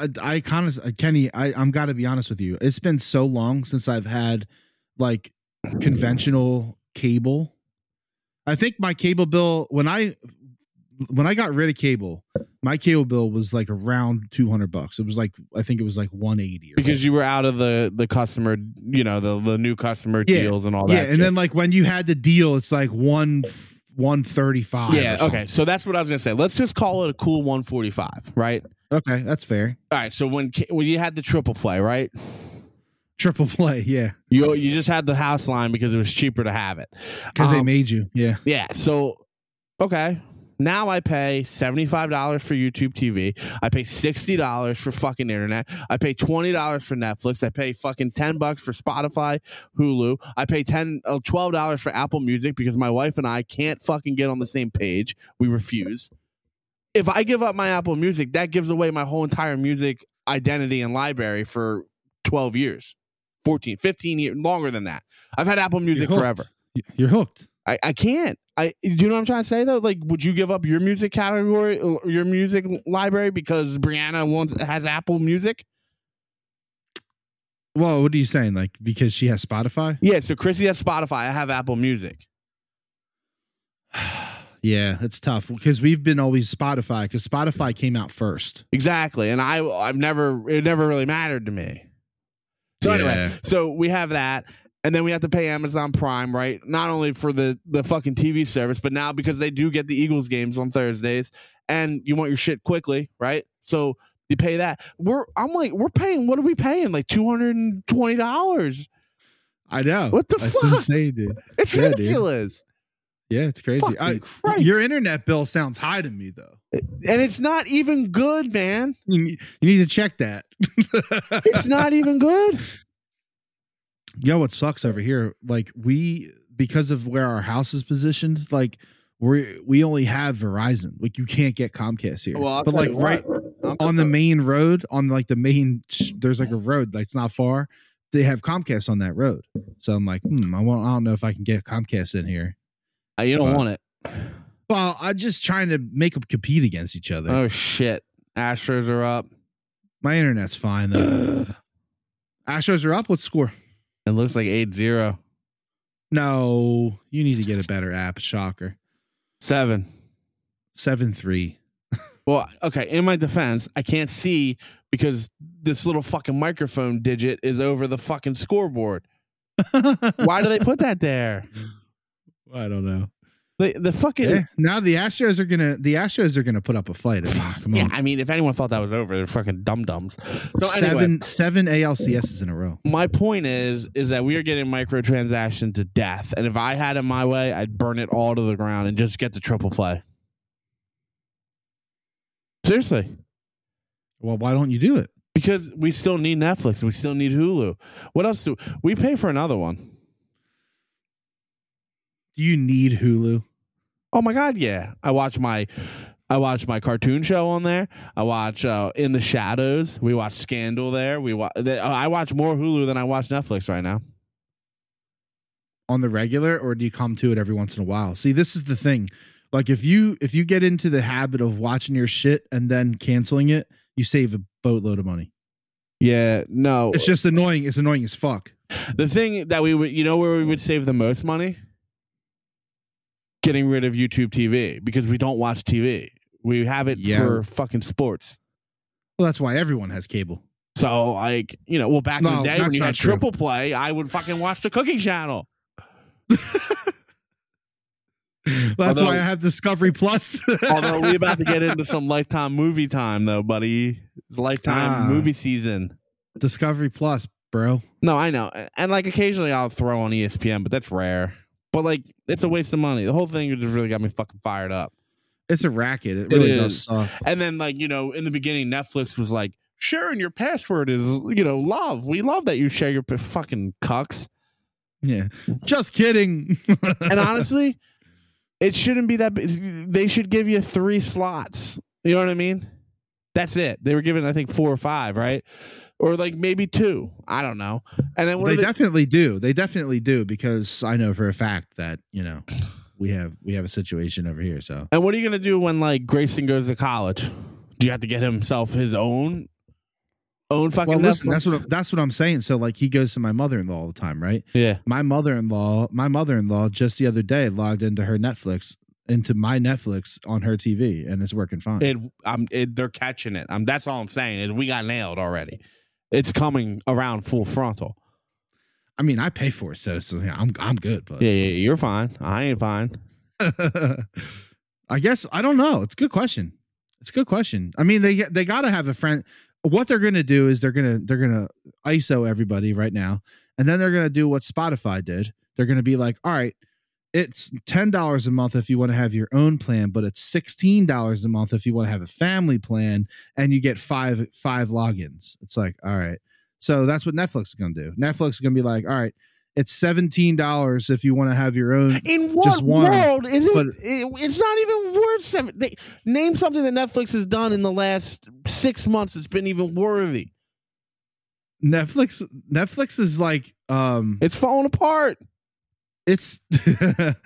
Speaker 1: I, I kind of Kenny. I I'm gotta be honest with you. It's been so long since I've had like conventional cable. I think my cable bill when I when I got rid of cable, my cable bill was like around two hundred bucks. It was like I think it was like one eighty.
Speaker 2: because you were out of the the customer, you know, the the new customer
Speaker 1: Yeah.
Speaker 2: deals and all
Speaker 1: yeah,
Speaker 2: that.
Speaker 1: and then like when you had the deal, it's like one one thirty five.
Speaker 2: yeah, okay. So that's what I was gonna say. Let's just call it a cool 145, right?
Speaker 1: okay, that's fair.
Speaker 2: All right. So when ca- when you had the triple play, right?
Speaker 1: Triple play, yeah,
Speaker 2: You you just had the house line because it was cheaper to have it.
Speaker 1: because they
Speaker 2: Um,
Speaker 1: made you. Yeah,
Speaker 2: Yeah. So okay. Now I pay seventy five dollars for YouTube TV. I pay sixty dollars for fucking internet. I pay twenty dollars for Netflix. I pay fucking ten bucks for Spotify, Hulu. I pay ten oh, twelve dollars for Apple Music because my wife and I can't fucking get on the same page. We refuse. If I give up my Apple Music, that gives away my whole entire music identity and library for twelve years. 14, 15 years, longer than that. I've had Apple Music
Speaker 1: hooked.
Speaker 2: forever.
Speaker 1: Y- you're hooked.
Speaker 2: I, I can't. I do you know what I'm trying to say though? Like, would you give up your music category, or your music library, because Brianna wants has Apple Music?
Speaker 1: Well, what are you saying? Like because she has
Speaker 2: <sighs>
Speaker 1: Spotify?
Speaker 2: Yeah. So Chrissy has Spotify. I have Apple Music.
Speaker 1: yeah, it's tough because we've been always Spotify because Spotify came out first.
Speaker 2: Exactly. And I I've never it never really mattered to me. So anyway,
Speaker 1: Yeah.
Speaker 2: so we have that. And then we have to pay Amazon Prime, right? Not only for the the fucking TV service, but now because they do get the Eagles games on Thursdays and you want your shit quickly, right? So you pay that. We're I'm like, we're paying what are we paying? Like two hundred and twenty dollars.
Speaker 1: I know.
Speaker 2: What the
Speaker 1: That's
Speaker 2: fuck?
Speaker 1: insane, dude.
Speaker 2: It's
Speaker 1: Yeah, dude.
Speaker 2: ridiculous.
Speaker 1: Yeah, it's crazy.
Speaker 2: Fucking
Speaker 1: I,
Speaker 2: Christ.
Speaker 1: your internet bill sounds high to me though.
Speaker 2: and it's not even good, man.
Speaker 1: You need, you need to check that. <laughs>
Speaker 2: It's not even good.
Speaker 1: you know what sucks over here? Like we because of where our house is positioned, like we we only have Verizon. Like you can't get Comcast here. but like right on
Speaker 2: Uh,
Speaker 1: the main road, on like the main, there's like a road that's not far. They have Comcast on that road, so I'm like, hmm, I, won't, I don't know if I can get Comcast in here.
Speaker 2: Uh, you don't
Speaker 1: But-
Speaker 2: want it.
Speaker 1: Well, I'm just trying to make them compete against each other.
Speaker 2: Oh shit. Astros are up.
Speaker 1: My internet's fine though.
Speaker 2: <gasps> it
Speaker 1: Astros are up. What score?
Speaker 2: looks like 8-0.
Speaker 1: No, you need to get a better app. Shocker,
Speaker 2: 7.
Speaker 1: seven
Speaker 2: <laughs>
Speaker 1: three. <laughs>
Speaker 2: Well, okay, in my defense, I can't see because this little fucking microphone digit is over the fucking scoreboard. Why do they put that there?
Speaker 1: I don't know.
Speaker 2: The, the fucking
Speaker 1: Yeah. Now the Astros are gonna the Astros are gonna put up a fight. I think. Come on,
Speaker 2: Yeah, I mean, if anyone thought that was over, they're fucking dum dums. So anyway,
Speaker 1: seven seven ALCSs in a row.
Speaker 2: my point is is that we are getting microtransactions to death, and if I had it my way, I'd burn it all to the ground and just get the triple play. Seriously.
Speaker 1: Well, why don't you do it?
Speaker 2: Because we still need Netflix and we still need Hulu. What else do we pay for another one?
Speaker 1: Do you need Hulu?
Speaker 2: Oh my god, yeah. I watch my I watch my cartoon show on there. I watch uh, In the Shadows. We watch Scandal there. We watch I watch more Hulu than I watch Netflix right now.
Speaker 1: on the regular or do you come to it every once in a while see this is the thing like if you if you get into the habit of watching your shit and then canceling it you save a boatload of money
Speaker 2: Yeah, no.
Speaker 1: it's just annoying it's annoying as fuck
Speaker 2: the thing that we would you know where we would save the most money? getting rid of YouTube TV because we don't watch TV. We have it
Speaker 1: Yeah.
Speaker 2: for fucking sports.
Speaker 1: Well, that's why everyone has cable. <laughs>
Speaker 2: So like you know, well back in
Speaker 1: No,
Speaker 2: the day when
Speaker 1: that's
Speaker 2: you
Speaker 1: not
Speaker 2: had
Speaker 1: true.
Speaker 2: triple play, I would fucking watch the Cooking Channel.
Speaker 1: That's
Speaker 2: Although-
Speaker 1: why I have Discovery Plus.
Speaker 2: Although we about to get into some lifetime movie time though, buddy. It's Lifetime
Speaker 1: Ah.
Speaker 2: movie season.
Speaker 1: <laughs> Discovery Plus, bro.
Speaker 2: No, I know, and like occasionally I'll throw on E ESPN, but that's rare. But like it's a waste of money. The whole thing just really got me fucking fired up.
Speaker 1: It's a racket. It
Speaker 2: It
Speaker 1: really does
Speaker 2: is.
Speaker 1: suck.
Speaker 2: And then like you know, in the beginning, Netflix was like, sharing your password is you know love. We love that you share your p- fucking cucks.
Speaker 1: Yeah. Just kidding.
Speaker 2: and honestly, it shouldn't be that. b- They should give you three slots. You know what I mean? That's it. They were given, I think, four or five, right? Or like maybe two. I don't know. And then what
Speaker 1: they
Speaker 2: are they-
Speaker 1: definitely do. They definitely do because I know for a fact that, you know, we have we have a situation over here, so
Speaker 2: and what are you gonna do when like Grayson goes to college? Do you have to get himself his own own fucking?
Speaker 1: well, listen,
Speaker 2: Netflix?
Speaker 1: that's what that's what I'm saying. So like he goes to my mother-in-law all the time, right?
Speaker 2: yeah.
Speaker 1: My mother-in-law, my mother-in-law just the other day logged into her Netflix, into my Netflix on her TV and it's working fine.
Speaker 2: It. I'm. It, they're catching it. I'm. That's all I'm saying is we got nailed already. It's coming around full frontal.
Speaker 1: I mean, I pay for it, so, so yeah, I'm I'm good, but
Speaker 2: Yeah, yeah, yeah, you're fine. I ain't fine.
Speaker 1: <laughs> I guess I don't know. It's a good question. It's a good question. I mean, they they gotta have a friend. What they're gonna do is they're gonna they're gonna ISO everybody right now, and then they're gonna do what Spotify did. They're gonna be like, all right, it's ten dollars a month if you want to have your own plan, but it's sixteen dollars a month if you want to have a family plan, and you get five five logins. It's like, all right. So that's what Netflix is gonna do. Netflix is gonna be like, all right, it's seventeen dollars if you want to have your own
Speaker 2: In what
Speaker 1: Just one,
Speaker 2: world is it,
Speaker 1: but-
Speaker 2: it? It's not even worth seven. They, name something that Netflix has done in the last six months that's been even worthy.
Speaker 1: Netflix Netflix is like um
Speaker 2: It's falling apart.
Speaker 1: it's <laughs> you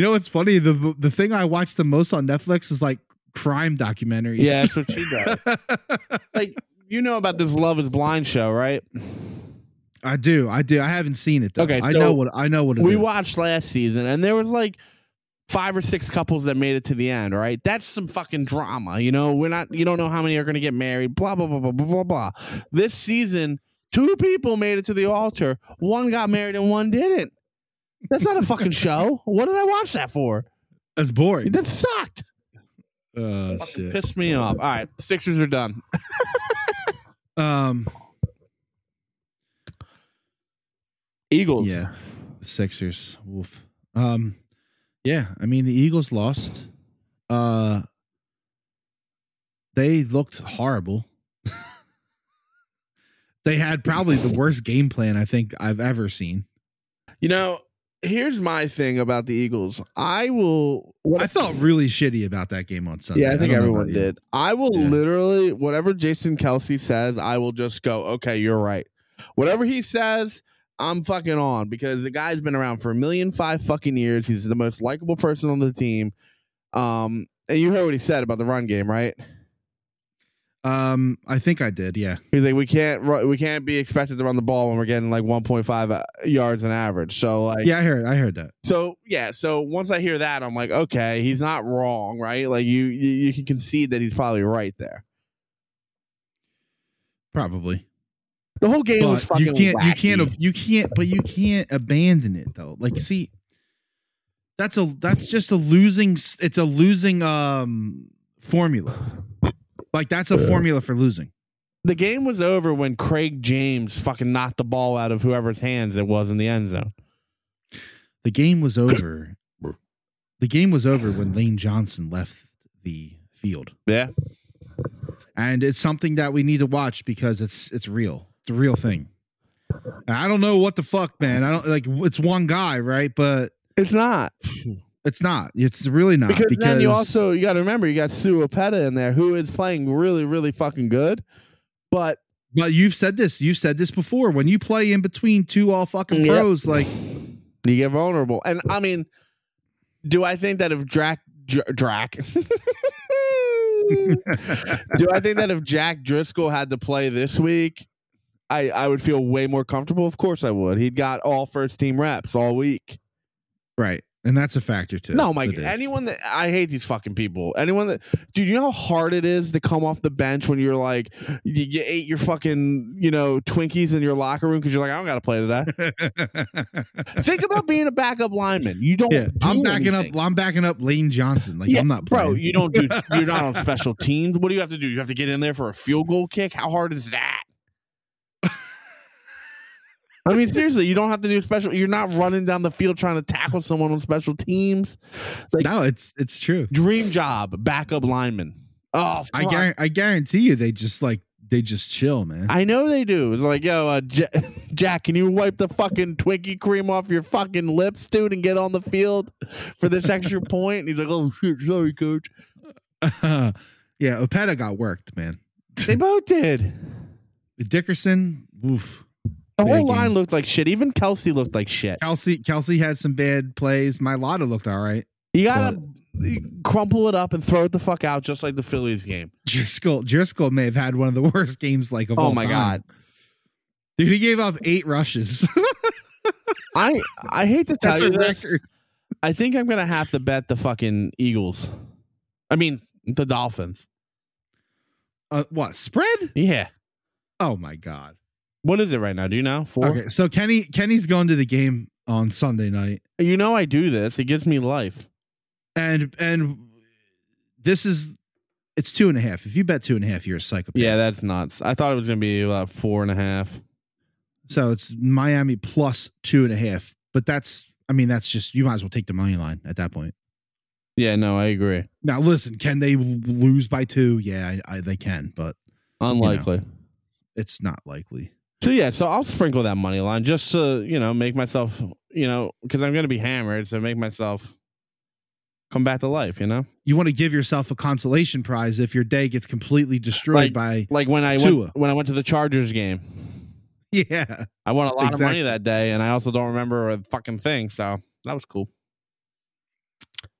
Speaker 1: know what's funny the the thing I watch the most on Netflix is like crime documentaries.
Speaker 2: Yeah, that's what she does. <laughs>
Speaker 1: <laughs>
Speaker 2: like you know about this Love Is Blind show, right?
Speaker 1: I do. I do. I haven't seen it though.
Speaker 2: Okay,
Speaker 1: I
Speaker 2: so
Speaker 1: know what I know what it
Speaker 2: We
Speaker 1: is.
Speaker 2: watched last season, and there was like five or six couples that made it to the end. Right? That's some fucking drama. You know, we're not. You don't know how many are going to get married. Blah blah blah blah blah blah blah. This season, two people made it to the altar. One got married, and one didn't. That's not a fucking show. What did I watch that for?
Speaker 1: That's
Speaker 2: <laughs>
Speaker 1: boring.
Speaker 2: That sucked.
Speaker 1: Oh
Speaker 2: Fucking
Speaker 1: shit.
Speaker 2: pissed me off. All right, Sixers are done.
Speaker 1: Um
Speaker 2: Eagles.
Speaker 1: yeah. The Sixers. Wolf. Um yeah, I mean the Eagles lost. Uh they looked horrible. <laughs> they had probably the worst game plan I think I've ever seen.
Speaker 2: You know, here's my thing about the Eagles. I will. What
Speaker 1: I felt really shitty about that game on Sunday.
Speaker 2: Yeah, I think
Speaker 1: don't know
Speaker 2: everyone
Speaker 1: about you.
Speaker 2: did. I will
Speaker 1: Yeah.
Speaker 2: literally whatever Jason Kelsey says, I will just go, okay, you're right. Whatever he says, I'm fucking on because the guy's been around for a million five fucking years. He's the most likable person on the team. Um, and you heard what he said about the run game, right?
Speaker 1: Um, I think I did. Yeah,
Speaker 2: He's like, we can't, ru- we can't be expected to run the ball when we're getting like 1.5 uh, yards on average. So like,
Speaker 1: yeah, I heard. I heard that.
Speaker 2: So yeah, so once I hear that, I'm like, okay, he's not wrong, right? Like you, you, you can concede that he's probably right there.
Speaker 1: Probably.
Speaker 2: The whole game was
Speaker 1: But
Speaker 2: fucking.
Speaker 1: you can't. You
Speaker 2: wacky.
Speaker 1: can't. ab- You can't. But you can't abandon it though. Like, see, that's a. That's just a losing. s- It's a losing um formula. Like that's a formula for losing.
Speaker 2: The game was over when Craig James fucking knocked the ball out of whoever's hands it was in the end zone.
Speaker 1: The game was over. The game was over when Lane Johnson left the field,
Speaker 2: Yeah,
Speaker 1: and it's something that we need to watch because it's it's real. It's a real thing. And I don't know what the fuck, man. I don't like. It's one guy, right? But
Speaker 2: it's not
Speaker 1: it's not. It's really not
Speaker 2: because, then you also you got to remember you got Sue Opeta in there who is playing really really fucking good, but
Speaker 1: But you've said this. You've said this before. When you play in between two all fucking
Speaker 2: Yep.
Speaker 1: pros, like
Speaker 2: you get vulnerable. And I mean, do I think that if Drac Dr- Drac <laughs> Do I think that if Jack Driscoll had to play this week, I I would feel way more comfortable? Of course I would. He'd got all first team reps all week.
Speaker 1: right, and that's a factor too.
Speaker 2: No, Mike.
Speaker 1: It is. <laughs>
Speaker 2: Anyone that I hate these fucking people. Anyone that, dude, you know how hard it is to come off the bench when you're like, you, you ate your fucking, you know, Twinkies in your locker room because you're like, I don't got to play today. Think about being a backup lineman. You don't.
Speaker 1: yeah, I'm
Speaker 2: do
Speaker 1: backing
Speaker 2: anything.
Speaker 1: up. I'm backing up Lane Johnson. Like
Speaker 2: Yeah,
Speaker 1: I'm not,
Speaker 2: bro.
Speaker 1: playing.
Speaker 2: You don't <laughs> do. You're not on special teams. What do you have to do? You have to get in there for a field goal kick. How hard is that? I mean, seriously, you don't have to do special. You're not running down the field trying to tackle someone on special teams. like-
Speaker 1: no, it's it's true.
Speaker 2: Dream job, backup lineman. Oh,
Speaker 1: I
Speaker 2: fuck.
Speaker 1: guarantee, I guarantee you, they just like they just chill, man.
Speaker 2: I know they do. It's like, yo, uh, J- <laughs> Jack, can you wipe the fucking Twinkie cream off your fucking lips, dude, and get on the field for this extra point? And he's like, oh shit, sorry, coach.
Speaker 1: <laughs> yeah, Opeta got worked, man.
Speaker 2: They both did.
Speaker 1: Dickerson, woof.
Speaker 2: The
Speaker 1: Big
Speaker 2: whole
Speaker 1: game.
Speaker 2: line looked like shit. Even Kelsey looked like shit.
Speaker 1: Kelsey, Kelsey had some bad plays. Mylotta looked all right.
Speaker 2: You gotta crumple it up and throw it the fuck out, just like the Phillies game.
Speaker 1: Driscoll, Driscoll may have had one of the worst games like of
Speaker 2: Oh
Speaker 1: all
Speaker 2: my
Speaker 1: time.
Speaker 2: god,
Speaker 1: dude, he gave up eight rushes. <laughs>
Speaker 2: I I hate to tell
Speaker 1: That's
Speaker 2: you
Speaker 1: a
Speaker 2: this.
Speaker 1: record.
Speaker 2: I think I'm gonna have to bet the fucking Eagles. I mean, the Dolphins.
Speaker 1: Uh, what spread?
Speaker 2: Yeah.
Speaker 1: Oh my god.
Speaker 2: What is it right now? Do you know? Four.
Speaker 1: Okay, so Kenny, Kenny's going to the game on Sunday night,
Speaker 2: You know I do this. It gives me life.
Speaker 1: and and this is it's two and a half. If you bet two and a half, you're a psychopath.
Speaker 2: Yeah, that's nuts. I thought it was gonna be about four and a half.
Speaker 1: So it's Miami plus two and a half. But that's, I mean, that's just, you might as well take the money line at that point.
Speaker 2: Yeah, no, I agree.
Speaker 1: Now, listen, can they l- lose by two? Yeah, I, I, they can, but
Speaker 2: Unlikely.
Speaker 1: it's not likely.
Speaker 2: So yeah, so I'll sprinkle that money line just to you know make myself you know because I'm gonna be hammered, so make myself come back to life. You know,
Speaker 1: You want to give yourself a consolation prize if your day gets completely destroyed by,
Speaker 2: Like-
Speaker 1: <laughs>
Speaker 2: like when I
Speaker 1: Tua.
Speaker 2: went, when I went to the Chargers game,
Speaker 1: yeah.
Speaker 2: I won a lot of
Speaker 1: Exactly.
Speaker 2: money that day, and I also don't remember a fucking thing. So that was cool.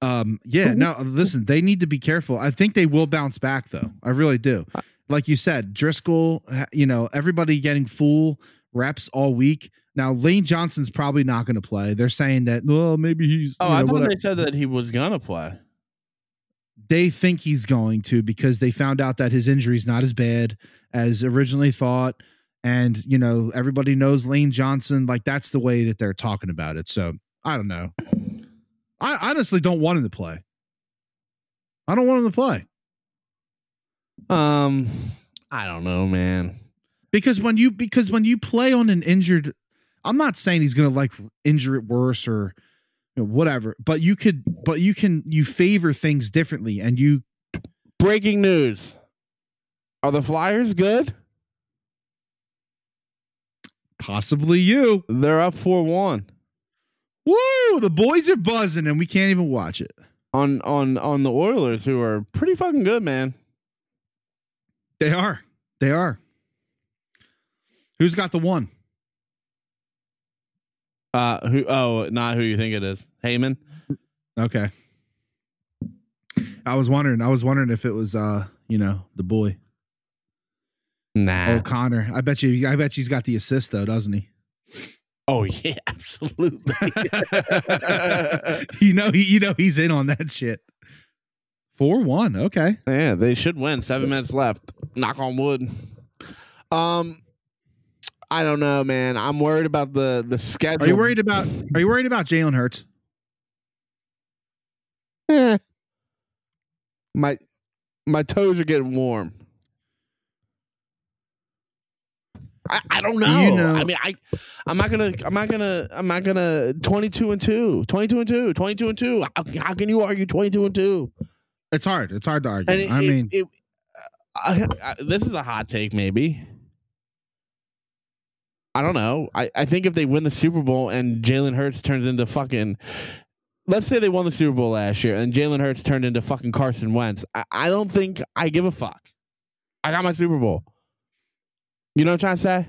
Speaker 1: Um, yeah,
Speaker 2: Mm-hmm.
Speaker 1: no, listen, they need to be careful. I think they will bounce back though. I really do.
Speaker 2: Uh,
Speaker 1: Like you said, Driscoll, ha- you know, everybody getting full reps all week. Now, Lane Johnson's probably not going to play. They're saying that, well, maybe he's.
Speaker 2: Oh,
Speaker 1: you
Speaker 2: I
Speaker 1: know,
Speaker 2: thought
Speaker 1: whatever.
Speaker 2: they said that he was gonna play.
Speaker 1: they think he's going to because they found out that his injury's not as bad as originally thought and you know everybody knows lane johnson like that's the way that they're talking about it so i don't know i honestly don't want him to play i don't want him to play
Speaker 2: Um, I don't know, man.
Speaker 1: because when you because when you play on an injured i'm not saying he's gonna like injure it worse or you know, whatever but you could but you can you favor things differently and you
Speaker 2: Breaking news: Are the Flyers good?
Speaker 1: possibly you
Speaker 2: They're up four one
Speaker 1: Woo! The boys are buzzing, and we can't even watch it.
Speaker 2: on on on the Oilers, who are pretty fucking good, man.
Speaker 1: They are. They are. Who's got the one?
Speaker 2: Uh, who? Oh, not who you think it is. Heyman.
Speaker 1: Okay. I was wondering. I was wondering if it was, uh, you know, the boy
Speaker 2: Nah.
Speaker 1: O'Connor. I bet you. I bet he's got the assist though, doesn't
Speaker 2: <laughs>
Speaker 1: he? <laughs>
Speaker 2: Oh <laughs> yeah, absolutely.
Speaker 1: you know, he, you know, he's in on that shit. Four one. Okay.
Speaker 2: yeah, they should win. Seven minutes left. Knock on wood. Um, I don't know, man. I'm worried about the the schedule.
Speaker 1: Are you worried about? Are you worried about Jalen Hurts?
Speaker 2: Eh. My my toes are getting warm. I, I don't
Speaker 1: Do
Speaker 2: know.
Speaker 1: you know-
Speaker 2: I mean, I I'm not gonna I'm not gonna I'm not gonna 22 and 2, 22 and 2, 22 and 2. How, how can you argue 22 and 2?
Speaker 1: It's hard. It's hard to argue.
Speaker 2: And it-
Speaker 1: I
Speaker 2: it-
Speaker 1: mean,
Speaker 2: it- I- I- this is a hot take maybe. I don't know. I, I think if they win the Super Bowl and Jalen Hurts turns into fucking let's say they won the Super Bowl last year and Jalen Hurts turned into fucking Carson Wentz, I, I don't think I give a fuck. I got my Super Bowl. You know what I'm trying to say?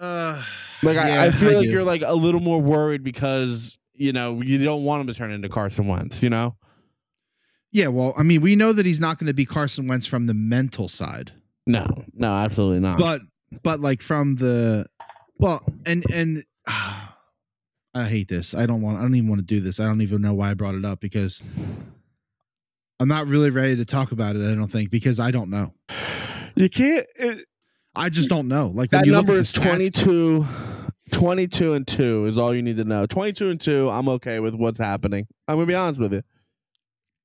Speaker 1: uh,
Speaker 2: Like
Speaker 1: yeah,
Speaker 2: I, I feel like
Speaker 1: do.
Speaker 2: you're like a little more worried because, you know, you don't want him to turn into Carson Wentz, you know?
Speaker 1: Yeah, well, I mean, we know that he's not going to be Carson Wentz from the mental side,
Speaker 2: No, no, absolutely not.
Speaker 1: but but like from the well, and and <sighs> I hate this. I don't want. I don't even want to do this. I don't even know why I brought it up because I'm not really ready to talk about it. I don't think because I don't know.
Speaker 2: You can't. It,
Speaker 1: I just don't know. Like when
Speaker 2: that
Speaker 1: you look
Speaker 2: number
Speaker 1: at the
Speaker 2: is
Speaker 1: stats-
Speaker 2: 22. 22 and 2 is all you need to know. 22 and 2, I'm okay with what's happening. I'm going to be honest with you.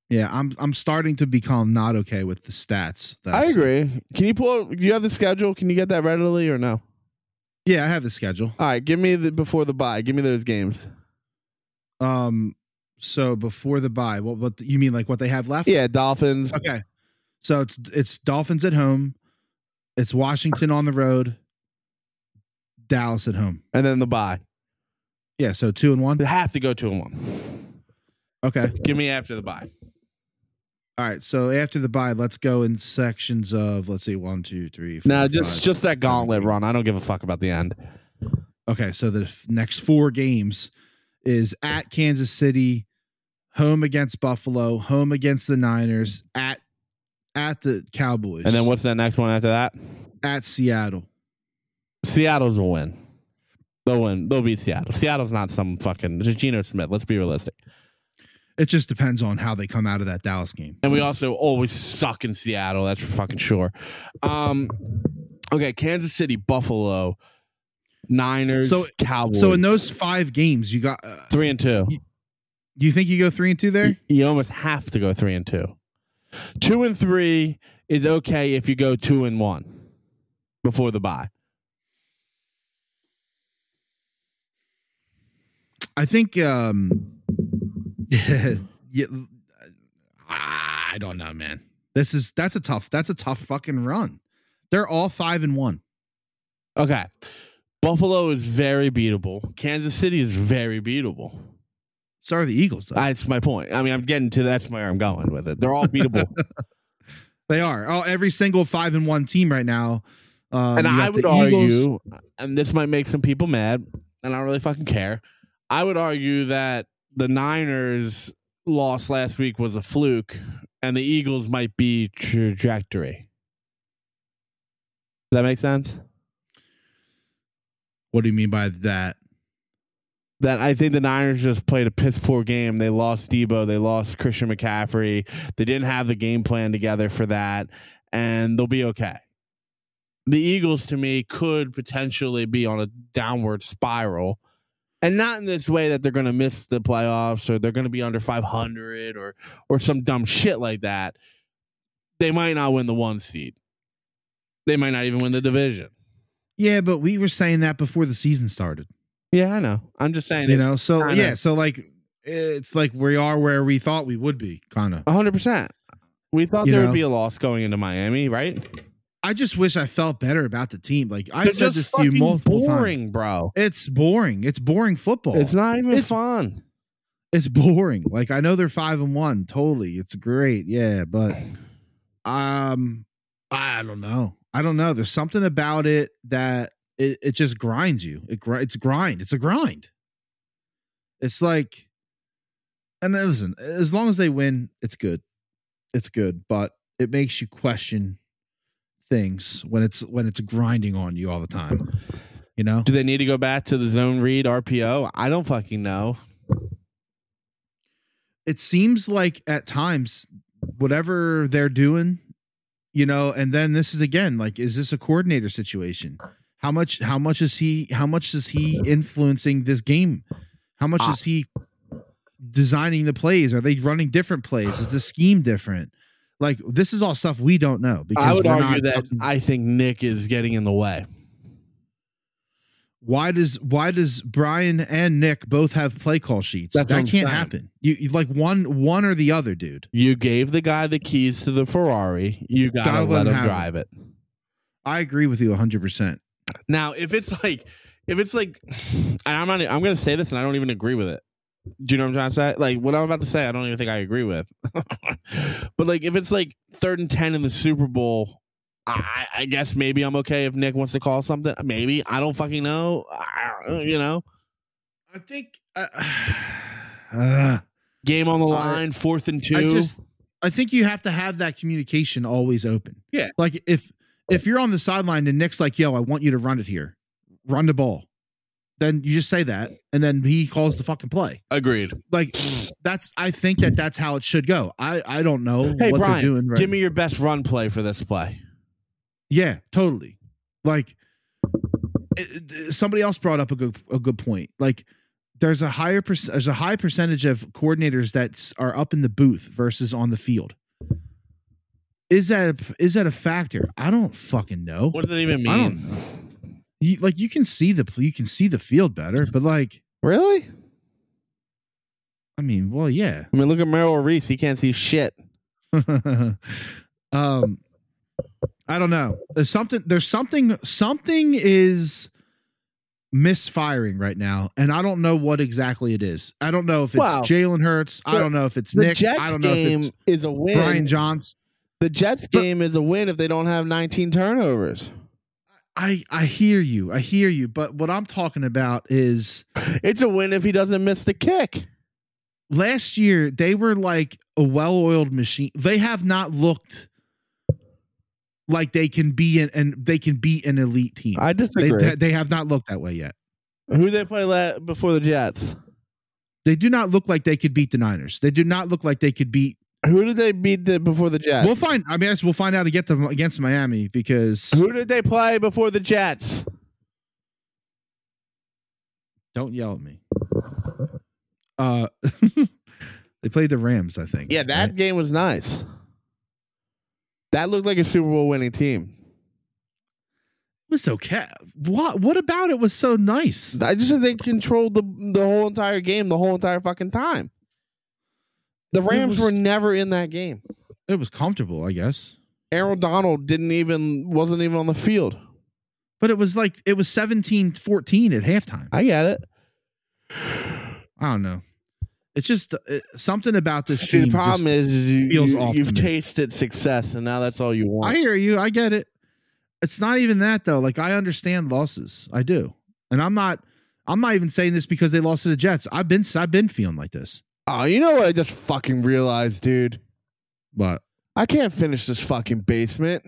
Speaker 1: Yeah, I'm I'm starting to become not okay with the stats. that
Speaker 2: I
Speaker 1: see.
Speaker 2: agree. Can you pull up, you have the schedule? Can you get that readily or no?
Speaker 1: Yeah, I have the schedule.
Speaker 2: All right, give me the before the bye. Give me those games.
Speaker 1: Um, so before the bye, what what you mean like what they have left?
Speaker 2: Yeah, Dolphins.
Speaker 1: Okay. So it's it's Dolphins at home, it's Washington on the road, Dallas at home.
Speaker 2: and then the bye.
Speaker 1: Yeah, so two and one.
Speaker 2: They have to go two and one.
Speaker 1: Okay.
Speaker 2: Give me after the bye.
Speaker 1: All right. So after the bye, let's go in sections of let's see, one, two, three, four.
Speaker 2: No, just
Speaker 1: five.
Speaker 2: just that gauntlet run. I don't give a fuck about the end.
Speaker 1: Okay, so the f- next four games is at Kansas City, home against Buffalo, home against the Niners, at at the Cowboys,
Speaker 2: And then what's that next one after that?
Speaker 1: at Seattle.
Speaker 2: Seattle's will win. They'll win. They'll beat Seattle. Seattle's not some fucking it's Geno Smith. Let's be realistic.
Speaker 1: It just depends on how they come out of that Dallas game.
Speaker 2: And we also always suck in Seattle. That's for fucking sure. Um, okay, Kansas City, Buffalo, Niners,
Speaker 1: So-
Speaker 2: Cowboys.
Speaker 1: So in those five games, you got. Uh,
Speaker 2: three and two.
Speaker 1: do you think you go three and two there?
Speaker 2: You, you almost have to go three and two. Two and three is okay if you go two and one before the bye.
Speaker 1: I think. um <laughs> yeah, I don't know, man. This is that's a tough that's a tough fucking run. They're all five and one.
Speaker 2: Okay. Buffalo is very beatable. Kansas City is very beatable.
Speaker 1: So are the Eagles. Though.
Speaker 2: That's my point. I mean, I'm getting to that's where I'm going with it. They're
Speaker 1: <laughs>
Speaker 2: all beatable.
Speaker 1: They are. Oh, every single five and one team right now. Um,
Speaker 2: and
Speaker 1: you got
Speaker 2: I would
Speaker 1: the Eagles.
Speaker 2: argue, and this might make some people mad, and I don't really fucking care. I would argue that the Niners loss last week was a fluke, and the Eagles might be trajectory. Does that make sense?
Speaker 1: What do you mean by that?
Speaker 2: That I think the Niners just played a piss poor game. They lost Debo. They lost Christian McCaffrey. They didn't have the game plan together for that, and they'll be okay. The Eagles, to me, could potentially be on a downward spiral, and not in this way that they're going to miss the playoffs or they're going to be under 500 or or some dumb shit like that. They might not win the one seed. They might not even win the division.
Speaker 1: Yeah, but we were saying that before the season started.
Speaker 2: Yeah, I know. I'm just saying.
Speaker 1: You know, so
Speaker 2: Kinda.
Speaker 1: yeah, so like it's like we are where we thought we would be, kind of.
Speaker 2: A hundred percent. We thought
Speaker 1: You
Speaker 2: there
Speaker 1: know?
Speaker 2: would be a loss going into Miami, right?
Speaker 1: I just wish I felt better about the team. Like I
Speaker 2: They're
Speaker 1: said this
Speaker 2: just
Speaker 1: to you
Speaker 2: fucking
Speaker 1: multiple
Speaker 2: boring,
Speaker 1: times.
Speaker 2: bro.
Speaker 1: It's boring. It's boring football.
Speaker 2: It's not even
Speaker 1: It's-
Speaker 2: fun.
Speaker 1: it's boring. Like I know they're five and one. Totally, it's great. Yeah, but um, I don't know. I don't know. There's something about it that it, it just grinds you. It gr- it's grind. It's a grind. It's like, and then listen. As long as they win, it's good. It's good, but it makes you question things when it's when it's grinding on you all the time. You know.
Speaker 2: Do they need to go back to the zone read RPO? I don't fucking know.
Speaker 1: it seems like at times whatever they're doing you know and then this is again like is this a coordinator situation how much how much is he how much is he influencing this game how much
Speaker 2: Ah.
Speaker 1: is he designing the plays are they running different plays is the scheme different like this is all stuff we don't know because
Speaker 2: I would
Speaker 1: we're
Speaker 2: argue
Speaker 1: not
Speaker 2: that
Speaker 1: fucking-
Speaker 2: I think Nick is getting in the way.
Speaker 1: why does why does Brian and Nick both have play call sheets
Speaker 2: That's what
Speaker 1: that
Speaker 2: I'm
Speaker 1: can't
Speaker 2: saying.
Speaker 1: happen you, you like one one or the other dude
Speaker 2: You gave the guy the keys to the Ferrari. You gotta
Speaker 1: Gotta let him
Speaker 2: let him
Speaker 1: have it.
Speaker 2: drive it.
Speaker 1: I agree with you 100%
Speaker 2: Now, if it's like, if it's like, and I'm not, I'm gonna say this, and I don't even agree with it. Do you know what I'm trying to say? Like what I'm about to say, I don't even think I agree with. <laughs> but like, if it's like third and ten in the Super Bowl, I, I guess maybe I'm okay if Nick wants to call something. Maybe I don't fucking know. I, you know,
Speaker 1: I think uh, <sighs> uh,
Speaker 2: game on the
Speaker 1: I-
Speaker 2: line, fourth and two.
Speaker 1: I just I think you have to have that communication always open.
Speaker 2: Yeah.
Speaker 1: Like if if you're on the sideline and Nick's like, "Yo, I want you to run it here. Run the ball." then you just say that, and then he calls the fucking play.
Speaker 2: Agreed. <sighs>
Speaker 1: Like that's I think that that's how it should go. I I don't know
Speaker 2: Hey,
Speaker 1: what
Speaker 2: Brian,
Speaker 1: they're doing. Right
Speaker 2: Give me your best run play for this play.
Speaker 1: Yeah, totally. Like it- it- somebody else brought up a good a good point. Like there's a higher perc- there's a high percentage of coordinators that s- are up in the booth versus on the field. Is that a, is that a factor? I don't fucking know.
Speaker 2: What does it even mean?
Speaker 1: I don't know. You, like you can see the pl- you can see the field better, but like
Speaker 2: Really?
Speaker 1: I mean, well, yeah.
Speaker 2: I mean, look at Merrill Reese. He can't see shit.
Speaker 1: <laughs> um I don't know. There's something there's something something is misfiring right now, and I don't know what exactly it is. I don't know if it's
Speaker 2: Wow.
Speaker 1: Jalen Hurts. I
Speaker 2: The-
Speaker 1: don't know if it's
Speaker 2: The
Speaker 1: Nick.
Speaker 2: Jets
Speaker 1: I don't know
Speaker 2: game
Speaker 1: if it's
Speaker 2: is a win.
Speaker 1: Brian Johns.
Speaker 2: the Jets
Speaker 1: But-
Speaker 2: game is a win if they don't have 19 turnovers.
Speaker 1: I I hear you. I hear you. But what I'm talking about is
Speaker 2: It's a win if he doesn't miss the kick.
Speaker 1: last year they were like a well-oiled machine. They have not looked like they can be an and they can beat an elite team.
Speaker 2: I
Speaker 1: They,
Speaker 2: disagree.
Speaker 1: they they have not looked that way yet.
Speaker 2: Who they play la- before the Jets?
Speaker 1: They do not look like they could beat the Niners. They do not look like they could beat.
Speaker 2: Who did they beat the, before the Jets?
Speaker 1: We'll find. I mean, I guess we'll find out against them against Miami because
Speaker 2: Who did they play before the Jets?
Speaker 1: don't yell at me. Uh, <laughs> they played the Rams, I think.
Speaker 2: Yeah, that
Speaker 1: right?
Speaker 2: game was nice. That looked like a Super Bowl winning team.
Speaker 1: was okay. What what about it was so nice?
Speaker 2: I just think they controlled the the whole entire game, the whole entire fucking time. The
Speaker 1: It
Speaker 2: Rams
Speaker 1: was-
Speaker 2: were never in that game.
Speaker 1: It was comfortable, I guess.
Speaker 2: Aaron Donald didn't even wasn't even on the field.
Speaker 1: But it was like it was 17-14 at halftime.
Speaker 2: I get it.
Speaker 1: I don't know. It's just uh, something about this
Speaker 2: See,
Speaker 1: team
Speaker 2: the
Speaker 1: just-
Speaker 2: problem is, is you,
Speaker 1: feels
Speaker 2: you,
Speaker 1: off
Speaker 2: you've
Speaker 1: to me.
Speaker 2: tasted success, and now that's all you want.
Speaker 1: I hear you. I get it. It's not even that though. Like I understand losses. I do. And I'm not I'm not even saying this because they lost to the Jets. I've been I've been feeling like this.
Speaker 2: oh, you know what? I just fucking realized, dude.
Speaker 1: But <laughs>
Speaker 2: I can't finish this fucking basement.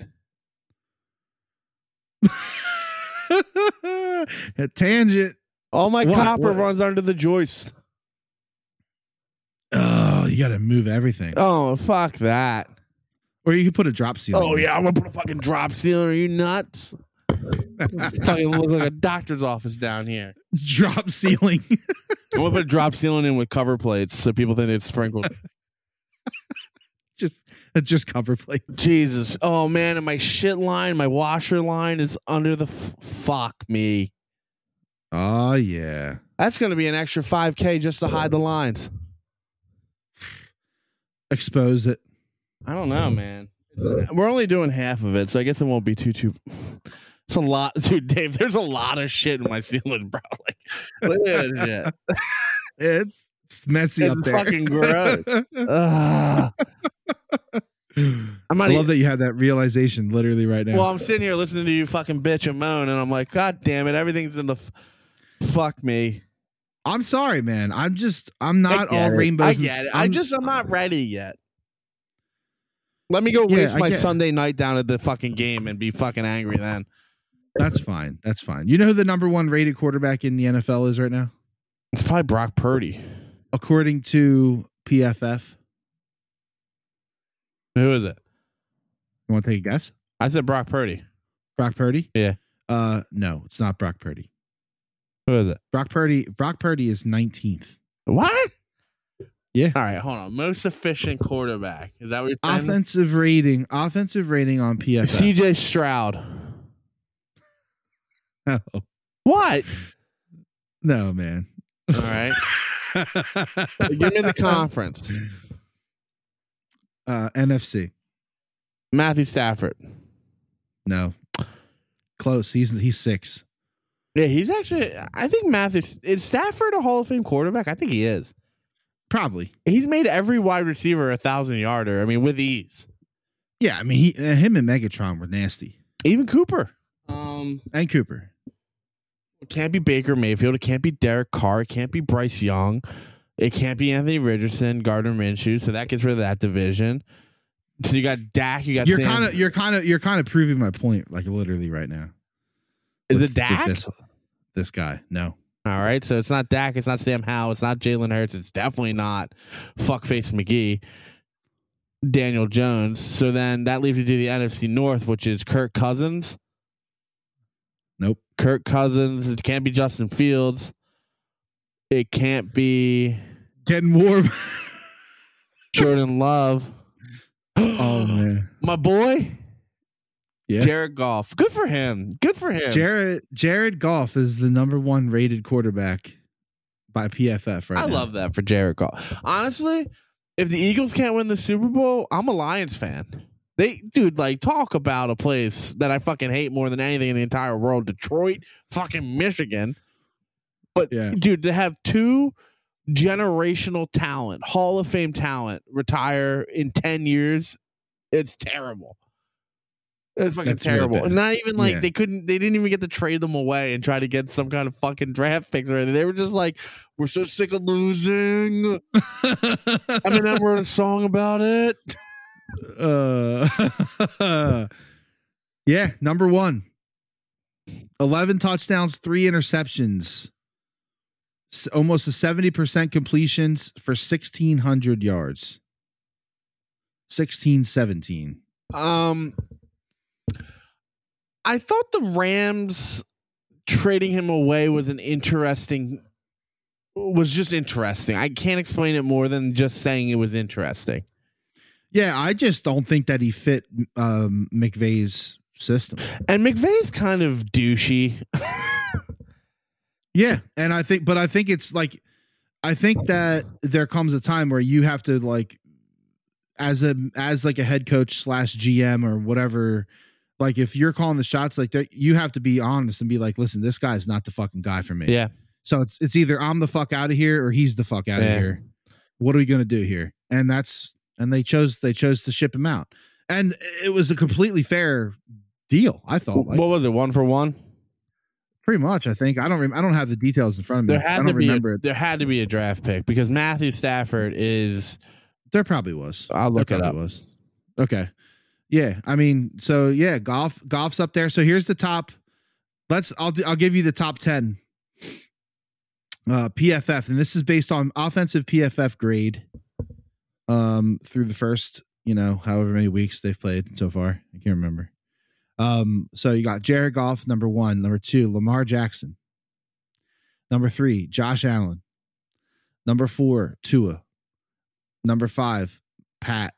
Speaker 1: a tangent.
Speaker 2: All my
Speaker 1: What?
Speaker 2: copper
Speaker 1: What?
Speaker 2: runs under the joist.
Speaker 1: Oh, you gotta move everything.
Speaker 2: Oh, fuck that.
Speaker 1: Or you could put a drop ceiling.
Speaker 2: Oh
Speaker 1: in.
Speaker 2: yeah, I'm gonna put a fucking drop seal. Are you <laughs> nuts? fucking look like a doctor's office down here.
Speaker 1: <laughs> Drop ceiling. <laughs>
Speaker 2: I'm gonna put a drop ceiling in with cover plates so people think they've sprinkled.
Speaker 1: just just cover plate.
Speaker 2: <laughs> Jesus. Oh man, and my shit line, my washer line is under the f- fuck me.
Speaker 1: Oh yeah.
Speaker 2: That's gonna be an extra 5k just to hide the lines.
Speaker 1: Expose
Speaker 2: <laughs>
Speaker 1: it.
Speaker 2: I don't know, man. We're only doing half of it, so I guess it won't be too <laughs> too. It's a lot, <laughs> dude. Dave, there's a lot of shit in my ceiling, bro. <laughs> Like, look at that <laughs> shit.
Speaker 1: It's, it's messy up
Speaker 2: It's
Speaker 1: there.
Speaker 2: fucking gross. <laughs> Ugh. I'm
Speaker 1: <laughs> I
Speaker 2: not
Speaker 1: love
Speaker 2: even,
Speaker 1: that you had that realization literally right now.
Speaker 2: Well, I'm sitting here listening to you fucking bitch and moan, and I'm like, God damn it, everything's in the f- fuck me.
Speaker 1: I'm sorry, man. I'm just I'm
Speaker 2: I
Speaker 1: not
Speaker 2: get
Speaker 1: all
Speaker 2: it.
Speaker 1: rainbows.
Speaker 2: I
Speaker 1: and-
Speaker 2: get it. I
Speaker 1: I'm-
Speaker 2: just I'm not ready yet. Let me go
Speaker 1: Yeah,
Speaker 2: waste
Speaker 1: I
Speaker 2: my
Speaker 1: get it.
Speaker 2: Sunday night down at the fucking game and be fucking angry then.
Speaker 1: <laughs> that's fine. That's fine. You know who the number one rated quarterback in the NFL is right now,
Speaker 2: It's probably Brock Purdy.
Speaker 1: according to PFF.
Speaker 2: Who is it?
Speaker 1: You want to take a guess?
Speaker 2: I said Brock Purdy.
Speaker 1: Brock Purdy.
Speaker 2: Yeah.
Speaker 1: Uh, no, it's not Brock Purdy.
Speaker 2: Who is it?
Speaker 1: Brock Purdy. Brock Purdy is 19th.
Speaker 2: What?
Speaker 1: Yeah.
Speaker 2: All right, hold on. Most efficient quarterback. Is that what you're saying?
Speaker 1: Offensive rating. Offensive rating on PFF.
Speaker 2: CJ Stroud.
Speaker 1: <laughs> no,
Speaker 2: What?
Speaker 1: no, man.
Speaker 2: <laughs> All right. Give me the conference.
Speaker 1: Uh, NFC.
Speaker 2: Matthew Stafford.
Speaker 1: No. Close. He's he's six.
Speaker 2: Yeah, he's actually. I think Matthew is Stafford a Hall of Fame quarterback. I think he is.
Speaker 1: Probably.
Speaker 2: He's made every wide receiver a thousand yarder. I mean, with ease.
Speaker 1: Yeah. I mean, he, uh, him and Megatron were nasty.
Speaker 2: Even Cooper. Um,
Speaker 1: And Cooper.
Speaker 2: it can't be Baker Mayfield. It can't be Derek Carr. It can't be Bryce Young. It can't be Anthony Richardson, Gardner Minshew. So that gets rid of that division. So you got Dak. You got
Speaker 1: you're
Speaker 2: Sam-
Speaker 1: kind of you're kind of you're kind of proving my point like literally right now
Speaker 2: Is
Speaker 1: with-
Speaker 2: it Dak?
Speaker 1: with this, this guy no
Speaker 2: All right. So it's not Dak. It's not Sam Howe. It's not Jalen Hurts. It's definitely not fuckface McGee, Daniel Jones. So then that leaves you to the NFC North, which is Kirk Cousins.
Speaker 1: Nope.
Speaker 2: Kirk Cousins. It can't be Justin Fields. It can't be
Speaker 1: Getting
Speaker 2: <laughs>
Speaker 1: warm.
Speaker 2: Jordan Love.
Speaker 1: oh man.
Speaker 2: <gasps> My boy,
Speaker 1: Yeah.
Speaker 2: Jared Goff. Good for him. Good for him.
Speaker 1: <laughs> Jared Jared Goff is the number one rated quarterback by PFF. Right.
Speaker 2: I
Speaker 1: now.
Speaker 2: love that for Jared Goff. Honestly, if the Eagles can't win the Super Bowl, I'm a Lions fan. They, dude, like talk about a place that I fucking hate more than anything in the entire world. Detroit, fucking Michigan.
Speaker 1: Yeah.
Speaker 2: Dude, to have two generational talent, Hall of Fame talent, retire in 10 years, it's terrible. It's fucking
Speaker 1: That's really
Speaker 2: terrible.
Speaker 1: bad.
Speaker 2: Not even like
Speaker 1: Yeah.
Speaker 2: they couldn't, they didn't even get to trade them away and try to get some kind of fucking draft picks or anything. They were just like, we're so sick of losing. I mean, I wrote a song about it.
Speaker 1: uh, <laughs> yeah, number one. 11 touchdowns, three interceptions. S- almost a 70% completions for 1,600 yards. 16 17.
Speaker 2: Um, I thought the Rams trading him away was an interesting, was just interesting. I can't explain it more than just saying it was interesting.
Speaker 1: Yeah, I just don't think that he fit um, McVeigh's system.
Speaker 2: And McVay's kind of douchey.
Speaker 1: Yeah, and I think, but I think it's like, I think that there comes a time where you have to like, as a as like a head coach slash GM or whatever, like if you're calling the shots like that, you have to be honest and be like, listen, this guy's not the fucking guy for me.
Speaker 2: Yeah.
Speaker 1: So it's it's either I'm the fuck out of here or he's the fuck out of
Speaker 2: Yeah.
Speaker 1: here. What are we gonna do here? And that's and they chose they chose to ship him out, and it was a completely fair deal. I thought like
Speaker 2: what was it? One for one.
Speaker 1: pretty much. I think I don't rem- I don't have the details in front of me.
Speaker 2: There
Speaker 1: I
Speaker 2: had
Speaker 1: don't
Speaker 2: to be. A,
Speaker 1: remember it.
Speaker 2: there had to be a draft pick because Matthew Stafford is.
Speaker 1: There probably was.
Speaker 2: I'll look
Speaker 1: There
Speaker 2: it up.
Speaker 1: probably Was. Okay. Yeah. I mean, so yeah, golf golf's up there. So here's the top. Let's I'll do, I'll give you the top 10 uh PFF and this is based on offensive PFF grade um through the first, you know, however many weeks they've played so far. I can't remember. Um so you got Jared Goff number 1, number 2 Lamar Jackson. Number 3 Josh Allen. Number 4 Tua. Number 5 Pat.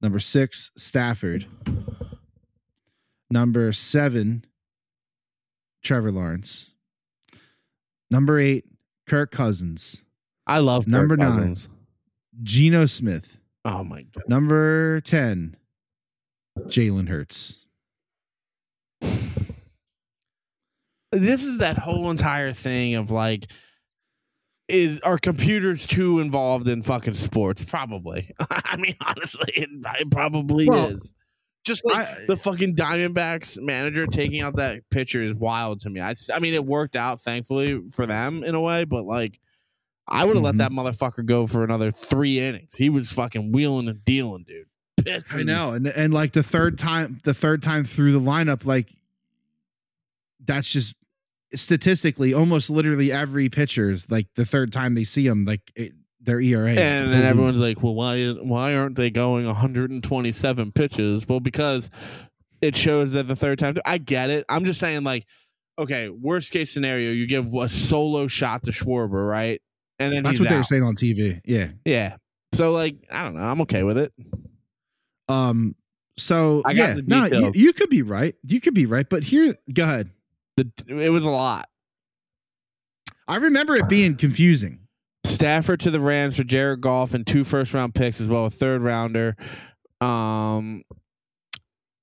Speaker 1: Number six, Stafford. Number seven, Trevor Lawrence. Number eight, Kirk Cousins.
Speaker 2: I love Kirk
Speaker 1: Number nine.
Speaker 2: Cousins.
Speaker 1: Geno Smith.
Speaker 2: Oh my god.
Speaker 1: Number 10, Jalen Hurts.
Speaker 2: this is that whole entire thing of like is are computers too involved in fucking sports probably <laughs> i mean honestly it, it probably
Speaker 1: Well,
Speaker 2: is just like
Speaker 1: I-
Speaker 2: the fucking diamondbacks manager taking out that picture is wild to me I, s- I mean it worked out thankfully for them in a way but like i would have
Speaker 1: Mhm.
Speaker 2: let that motherfucker go for another three innings he was fucking wheeling and dealing dude Pissing
Speaker 1: I know. And and like the third time the third time through the lineup, like that's just statistically almost literally every pitcher is like the third time they see him, like it, their E ERA.
Speaker 2: And then everyone's
Speaker 1: balloons.
Speaker 2: like, "Well, why is, why aren't they going 127 pitches?" Well, because it shows that the third time. I get it. I'm just saying, like, okay, worst case scenario, you give a solo shot to Schwarber, right? And then
Speaker 1: That's
Speaker 2: he's
Speaker 1: what they were
Speaker 2: out.
Speaker 1: saying on TV. Yeah.
Speaker 2: Yeah. So like, I don't know. I'm okay with it.
Speaker 1: Um. So
Speaker 2: I got
Speaker 1: yeah,
Speaker 2: the
Speaker 1: no, you,
Speaker 2: details.
Speaker 1: you could be right. You could be right. But here, go ahead.
Speaker 2: The, it was a lot.
Speaker 1: I remember it
Speaker 2: <sighs>
Speaker 1: being confusing.
Speaker 2: Stafford to the Rams for Jared Goff and two first round picks as well, a third rounder. Um,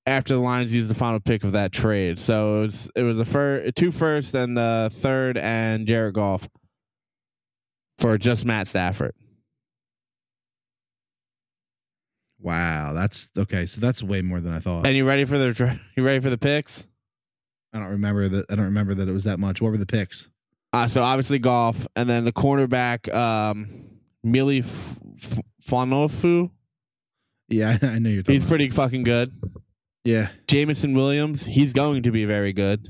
Speaker 2: after the Lions used the final pick of that trade, so it was it was a fir- two first and a third and Jared Goff for just Matt Stafford.
Speaker 1: Wow, that's okay. So that's way more than I thought.
Speaker 2: And you ready for the dra- you ready for the picks?
Speaker 1: I don't remember that. I don't remember that it was that much. What were the picks?
Speaker 2: Uh, so obviously Goff, and then the cornerback um, Mili F- F- Fonofu.
Speaker 1: Yeah, <laughs> I, know you're talking.
Speaker 2: He's
Speaker 1: about.
Speaker 2: pretty fucking good.
Speaker 1: yeah,
Speaker 2: Jamison Williams, he's going to be very good.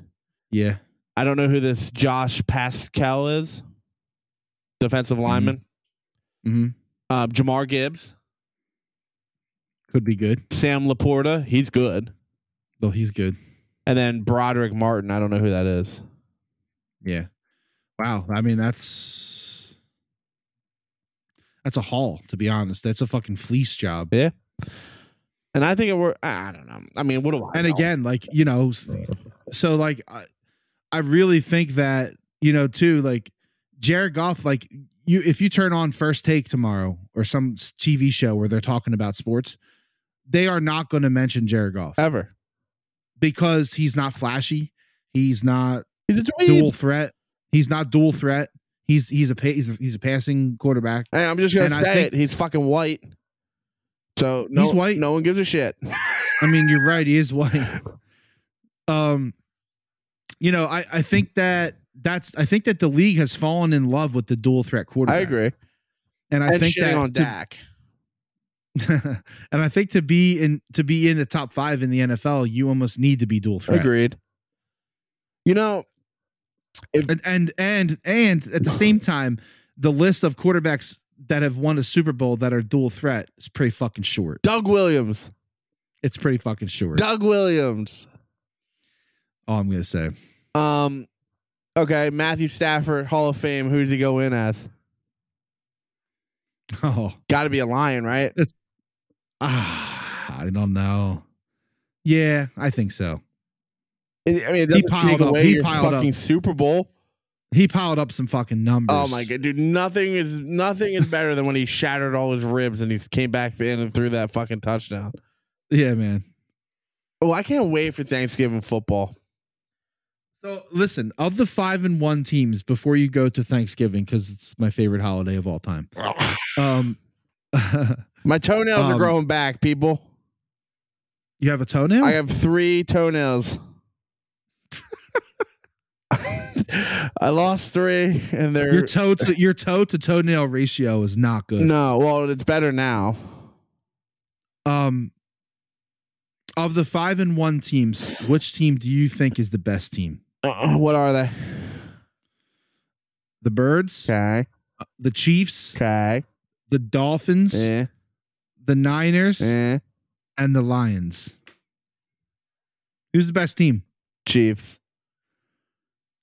Speaker 1: yeah.
Speaker 2: I don't know who this Josh Pascal is, defensive lineman.
Speaker 1: Mm-hmm.
Speaker 2: Uh, Jamar Gibbs,
Speaker 1: Could be good.
Speaker 2: Sam Laporta, he's good,
Speaker 1: Though he's good.
Speaker 2: and then Broderick Martin. I don't know who that is.
Speaker 1: Yeah. Wow. I mean, that's that's a haul, to be honest. That's a fucking fleece job.
Speaker 2: And I think it were. I don't know. I mean, what do I?
Speaker 1: And
Speaker 2: know?
Speaker 1: again, like you know, s- so like I, I really think that you know too, like Jared Goff, like you if you turn on First Take tomorrow or some s- TV show where they're talking about sports, they are not going to mention Jared Goff
Speaker 2: ever.
Speaker 1: because he's not flashy. He's not
Speaker 2: He's a
Speaker 1: dual
Speaker 2: dweeb.
Speaker 1: threat. He's not dual threat. He's he's a pa- he's a, he's a passing quarterback.
Speaker 2: Hey, I'm just gonna
Speaker 1: And I
Speaker 2: say
Speaker 1: think-
Speaker 2: it. He's fucking white. So no,
Speaker 1: He's white.
Speaker 2: No one gives a shit.
Speaker 1: I mean, you're right. He is white. Um, you know, I I think that that's I think that the league has fallen in love with the dual threat
Speaker 2: I
Speaker 1: quarterback.
Speaker 2: agree.
Speaker 1: and I
Speaker 2: and
Speaker 1: think
Speaker 2: shitting
Speaker 1: that
Speaker 2: on
Speaker 1: to-
Speaker 2: Dak.
Speaker 1: <laughs> and I think to be in to be in the top five in the NFL, you almost need to be dual threat.
Speaker 2: Agreed. You know,
Speaker 1: And and and and at the same time, the list of quarterbacks that have won a Super Bowl that are dual threat is pretty fucking short.
Speaker 2: Doug Williams.
Speaker 1: It's pretty fucking short.
Speaker 2: Doug Williams.
Speaker 1: all I'm gonna say. <laughs>
Speaker 2: Um, okay, Matthew Stafford, Hall of Fame. Who does he go in as?
Speaker 1: Oh,
Speaker 2: Got to be a lion, right?
Speaker 1: ah, I don't know. Yeah, I think so.
Speaker 2: And, I mean, it doesn't
Speaker 1: piled
Speaker 2: take
Speaker 1: up.
Speaker 2: away
Speaker 1: He
Speaker 2: your
Speaker 1: piled up.
Speaker 2: fucking Super Bowl.
Speaker 1: He piled up some fucking numbers.
Speaker 2: Oh my god, dude! Nothing is nothing is better than when he shattered all his ribs and he came back in and threw that fucking touchdown.
Speaker 1: Yeah, man.
Speaker 2: Oh, I can't wait for Thanksgiving football.
Speaker 1: So listen, of the five and one teams before you go to Thanksgiving, because it's my favorite holiday of all time. Um, <laughs>
Speaker 2: My toenails
Speaker 1: Um,
Speaker 2: are growing back, people.
Speaker 1: you have a toenail?
Speaker 2: I have three toenails. <laughs> I lost three, and they're
Speaker 1: your toe to your toe to toenail ratio is not good.
Speaker 2: no. Well, it's better now.
Speaker 1: Um, of the five and one teams, which team do you think is the best team?
Speaker 2: Uh, what are they?
Speaker 1: The Birds,
Speaker 2: Okay,
Speaker 1: the Chiefs,
Speaker 2: okay.
Speaker 1: the Dolphins,
Speaker 2: Eh,
Speaker 1: the Niners,
Speaker 2: eh.
Speaker 1: and the Lions. Who's the best team?
Speaker 2: Chiefs.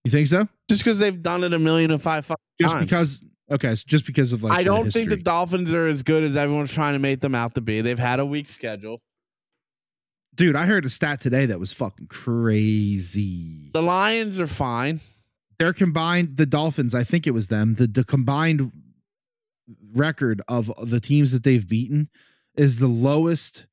Speaker 1: You think so?
Speaker 2: Just because they've done it a million and five fucking
Speaker 1: Just
Speaker 2: times.
Speaker 1: because? Okay, so just because of like
Speaker 2: I
Speaker 1: the
Speaker 2: don't think the
Speaker 1: history.
Speaker 2: Dolphins are as good as everyone's trying to make them out to be. They've had a weak schedule.
Speaker 1: dude. I heard a stat today that was fucking crazy.
Speaker 2: The Lions are fine.
Speaker 1: Their combined, the Dolphins, I think it was them. The the combined record of the teams that they've beaten is the lowest,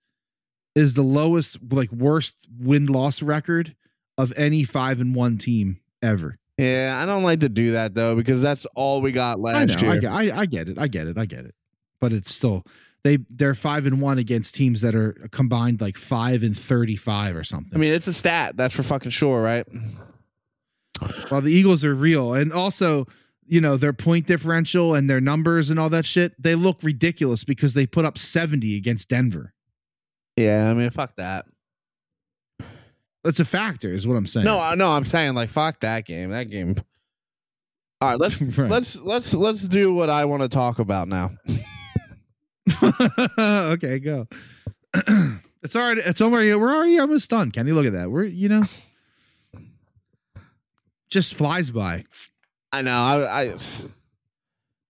Speaker 1: is the lowest like worst win loss record of any five and one team ever.
Speaker 2: Yeah, I don't like to do that though because that's all we got
Speaker 1: I know.
Speaker 2: last
Speaker 1: I
Speaker 2: year.
Speaker 1: get, I, I get it. I get it. I get it. But it's still they they're five and one against teams that are combined like five and thirty five or something.
Speaker 2: I mean, it's a stat. That's for fucking sure, right?
Speaker 1: While the Eagles are real, and also you know their point differential and their numbers and all that shit, they look ridiculous because they put up seventy against Denver.
Speaker 2: Yeah, I mean, fuck that.
Speaker 1: That's a factor, is what I'm saying. <laughs>
Speaker 2: No, I, no, I'm saying like fuck that game. That game. All <laughs> right, let's
Speaker 1: Right.
Speaker 2: let's let's let's do what I want to talk about now.
Speaker 1: okay, go. <clears throat> it's already. It's already. We're already almost done, Kenny. Look at that. We're you know just flies by.
Speaker 2: I know. I I,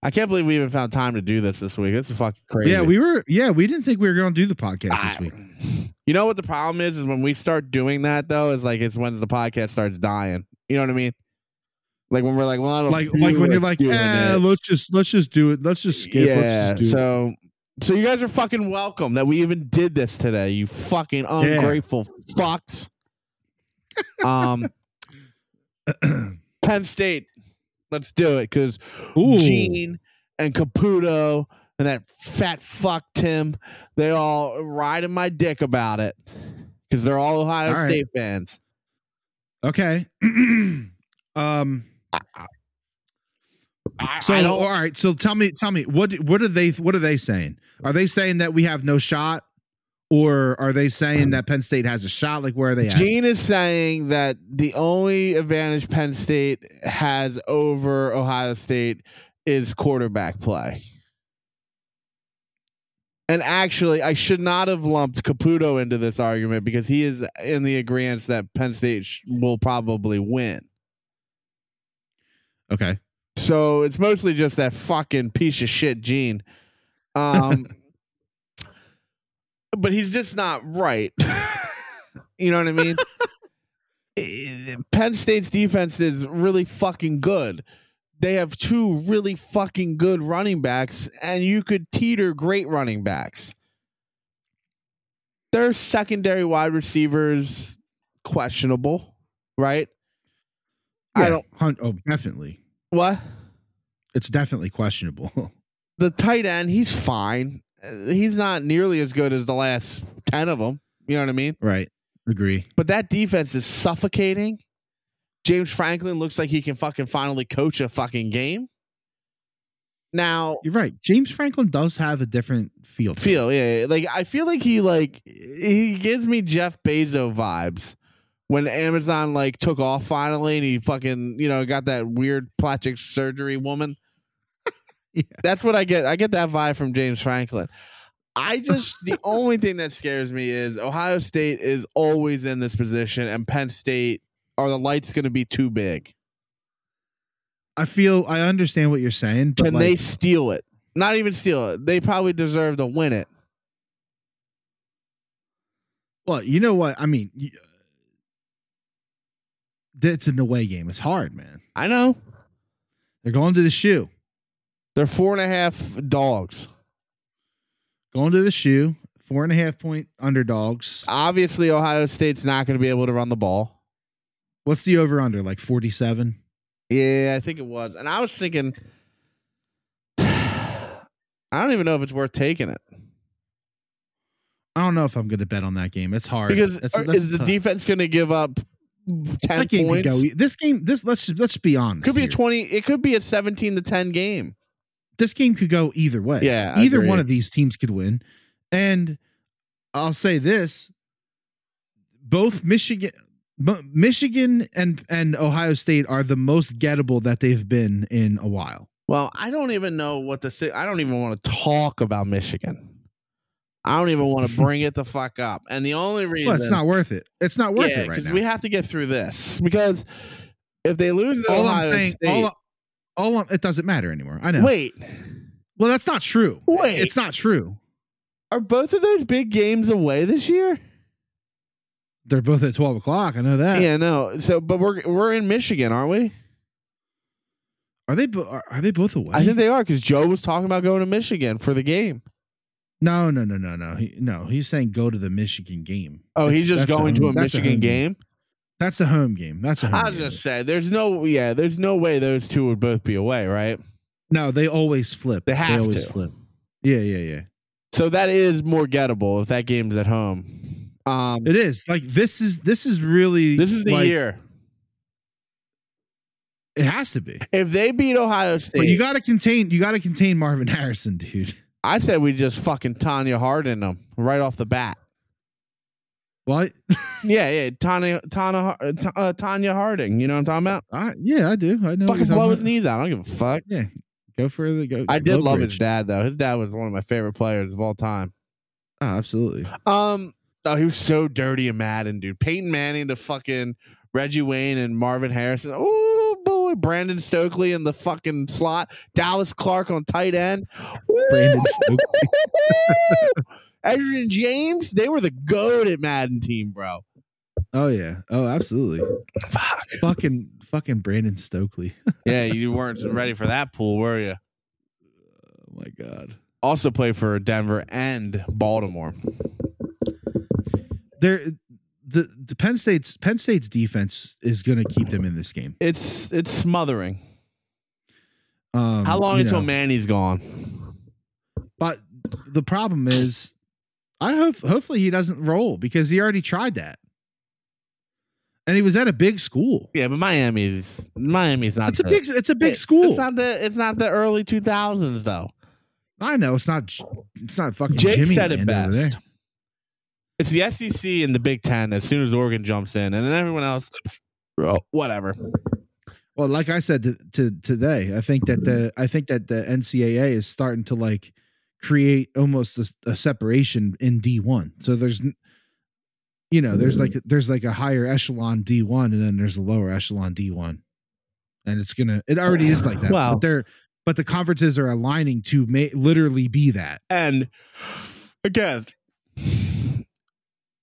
Speaker 2: I can't believe we even found time to do this this week. This is fucking crazy.
Speaker 1: Yeah, we were. Yeah, we didn't think we were going to do the podcast
Speaker 2: I-
Speaker 1: this week.
Speaker 2: You know what the problem is? Is when we start doing that though, is like it's when the podcast starts dying. You know what I mean? Like when we're like, well, I don't
Speaker 1: Like,
Speaker 2: feel
Speaker 1: like when you're like,
Speaker 2: doing
Speaker 1: eh,
Speaker 2: it."
Speaker 1: let's just let's just do it. Let's just skip.
Speaker 2: yeah.
Speaker 1: let's just do it.
Speaker 2: So, so you guys are fucking welcome that we even did this today. You fucking ungrateful fucks.
Speaker 1: <coughs>
Speaker 2: Um, Penn State, let's do it because
Speaker 1: Ooh.
Speaker 2: Gene and Caputo and that fat fuck Tim, they all riding my dick about it because they're all Ohio
Speaker 1: All right.
Speaker 2: State fans.
Speaker 1: Okay. <clears throat> um.
Speaker 2: I,
Speaker 1: So
Speaker 2: I
Speaker 1: all
Speaker 2: don't.
Speaker 1: right. So tell me, tell me what what are they what are they saying? Are they saying that we have no shot, Or are they saying that Penn State has a shot? Like, where are they at?
Speaker 2: Gene is saying that the only advantage Penn State has over Ohio State is quarterback play. And actually, I should not have lumped Caputo into this argument because he is in the agreement that Penn State sh- will probably win.
Speaker 1: Okay.
Speaker 2: So it's mostly just that fucking piece of shit Gene. Um, <laughs> but he's just not right. <laughs> you know what I mean? Eh, <laughs> Penn State's defense is really fucking good. They have two really fucking good running backs, and you could teeter great running backs. Their secondary wide receivers questionable, right? I don't
Speaker 1: Hun- oh, definitely.
Speaker 2: what
Speaker 1: It's definitely questionable. <laughs>
Speaker 2: the tight end, he's fine. Uh, He's not nearly as good as the last 10 of them. You know what I mean?
Speaker 1: right. Agree.
Speaker 2: But that defense is suffocating. James Franklin looks like he can fucking finally coach a fucking game. Now,
Speaker 1: You're right. James Franklin does have a different feel. to it.
Speaker 2: feel, yeah, yeah, like I feel like he like he gives me Jeff Bezos vibes when Amazon like took off finally and he fucking, you know, got that weird plastic surgery woman.
Speaker 1: Yeah.
Speaker 2: That's what I get. I get that vibe from James Franklin. I just the only thing that scares me is Ohio State is always in this position and Penn State are the lights going to be too big?
Speaker 1: I feel. I understand what you're saying. But
Speaker 2: Can
Speaker 1: like,
Speaker 2: they steal it? Not even steal it. They probably deserve to win it.
Speaker 1: Well, you know what? I mean, y- uh, it's an away game. It's hard, man.
Speaker 2: I know.
Speaker 1: They're going to the shoe.
Speaker 2: They're four and a half dogs.
Speaker 1: Going to the shoe. Four and a half point underdogs.
Speaker 2: Uh, obviously Ohio State's not going to be able to run the ball.
Speaker 1: What's the over under? Like 47?
Speaker 2: Yeah, I think it was. And I was thinking, <sighs> I don't even know if it's worth taking it
Speaker 1: I don't know if I'm going to bet on that game. It's hard.
Speaker 2: because
Speaker 1: That's-
Speaker 2: are-
Speaker 1: that's
Speaker 2: is the
Speaker 1: tough.
Speaker 2: defense going to give up ten
Speaker 1: That game could
Speaker 2: points?
Speaker 1: go. e- This game, this let's let's be honest.
Speaker 2: Could be a
Speaker 1: here.
Speaker 2: twenty. It could be a seventeen to ten game.
Speaker 1: this game could go either way.
Speaker 2: Yeah, I
Speaker 1: either
Speaker 2: agree.
Speaker 1: one of these teams could win. And I'll say this: both Michigan, Mo- Michigan, and and Ohio State are the most gettable that they've been in a while.
Speaker 2: Well, I don't even know what the thing. I don't even want to talk about Michigan. I don't even <laughs> want to bring it the fuck up. And the only reason
Speaker 1: Well, it's not worth it. It's not worth
Speaker 2: yeah,
Speaker 1: it right
Speaker 2: 'cause
Speaker 1: now.
Speaker 2: we have to get through this because if they lose, to
Speaker 1: all
Speaker 2: Ohio
Speaker 1: I'm saying,
Speaker 2: State,
Speaker 1: all, all I'm, it doesn't matter anymore. I know.
Speaker 2: wait,
Speaker 1: Well, that's not true.
Speaker 2: Wait.
Speaker 1: it's not true.
Speaker 2: Are both of those big games away this year?
Speaker 1: They're both at twelve o'clock. I know that.
Speaker 2: yeah, no. So, but we're we're in Michigan, aren't we?
Speaker 1: Are they? bo- Are, are they both away?
Speaker 2: I think they are because Joe was talking about going to Michigan for the game.
Speaker 1: No, no, no, no, no. He, no, he's saying go to the Michigan game.
Speaker 2: Oh, he's
Speaker 1: It's-
Speaker 2: just
Speaker 1: that's
Speaker 2: going to a
Speaker 1: home- that's
Speaker 2: Michigan
Speaker 1: home
Speaker 2: game.
Speaker 1: That's a home game. That's a home
Speaker 2: I was
Speaker 1: game.
Speaker 2: gonna say, there's no, yeah, there's no way those two would both be away, right?
Speaker 1: No, they always flip.
Speaker 2: They have
Speaker 1: always
Speaker 2: to.
Speaker 1: flip. Yeah, yeah, yeah.
Speaker 2: So that is more gettable if that game's at home. Um,
Speaker 1: It is like this is this is really
Speaker 2: this is the
Speaker 1: like,
Speaker 2: year.
Speaker 1: It has to be.
Speaker 2: If they beat Ohio State,
Speaker 1: But you got to contain. You got to contain Marvin <laughs> Harrison, dude.
Speaker 2: I said we just fucking Tanya Hardin them right off the bat.
Speaker 1: What?
Speaker 2: Yeah, yeah, Tanya, Tanya, uh, Tanya Harding. You know what I'm talking about?
Speaker 1: I, yeah, I do. I know. what
Speaker 2: Fucking
Speaker 1: you're talking
Speaker 2: blow his
Speaker 1: about.
Speaker 2: knees out. I don't give a fuck.
Speaker 1: Yeah, go further. Go.
Speaker 2: I
Speaker 1: go
Speaker 2: did love
Speaker 1: bridge.
Speaker 2: his dad though. His dad was one of my favorite players of all time.
Speaker 1: Oh, absolutely.
Speaker 2: Um, oh, he was so dirty and Madden, dude. Peyton Manning to fucking Reggie Wayne and Marvin Harrison. Oh boy, Brandon Stokely in the fucking slot. Dallas Clark on tight end. Woo!
Speaker 1: Brandon Stokely.
Speaker 2: <laughs> Adrian James. They were the goat at Madden team, bro.
Speaker 1: Oh yeah. Oh,
Speaker 2: <laughs>
Speaker 1: absolutely.
Speaker 2: Fuck.
Speaker 1: fucking fucking Brandon Stokely.
Speaker 2: Yeah, you weren't ready for that pool, were you?
Speaker 1: Oh my god.
Speaker 2: Also played for Denver and Baltimore.
Speaker 1: There, the the Penn State's Penn State's defense is going to keep them in this game.
Speaker 2: It's it's smothering.
Speaker 1: Um,
Speaker 2: How long
Speaker 1: you
Speaker 2: until
Speaker 1: know.
Speaker 2: Manny's gone?
Speaker 1: But the problem is, I hope hopefully he doesn't roll because he already tried that, and he was at a big school.
Speaker 2: Yeah, but Miami's Miami's not.
Speaker 1: It's a
Speaker 2: the-
Speaker 1: big it's a big
Speaker 2: it-
Speaker 1: school.
Speaker 2: It's not the it's not the early two thousands though.
Speaker 1: I know it's not it's not fucking
Speaker 2: Jake
Speaker 1: Jimmy
Speaker 2: said it
Speaker 1: land over there.
Speaker 2: best. It's the SEC and the Big Ten. As soon as Oregon jumps in, and then everyone else, oh, whatever.
Speaker 1: Well, like I said to, to today, I think that the I think that the NCAA is starting to like create almost a, a separation in D one. So there's, n- you know, there's like
Speaker 2: Mm.
Speaker 1: there's like a higher echelon D one, and then there's a lower echelon D one, and it's gonna it already is like that.
Speaker 2: Wow.
Speaker 1: But they're but the conferences are aligning to ma- literally be that.
Speaker 2: And again,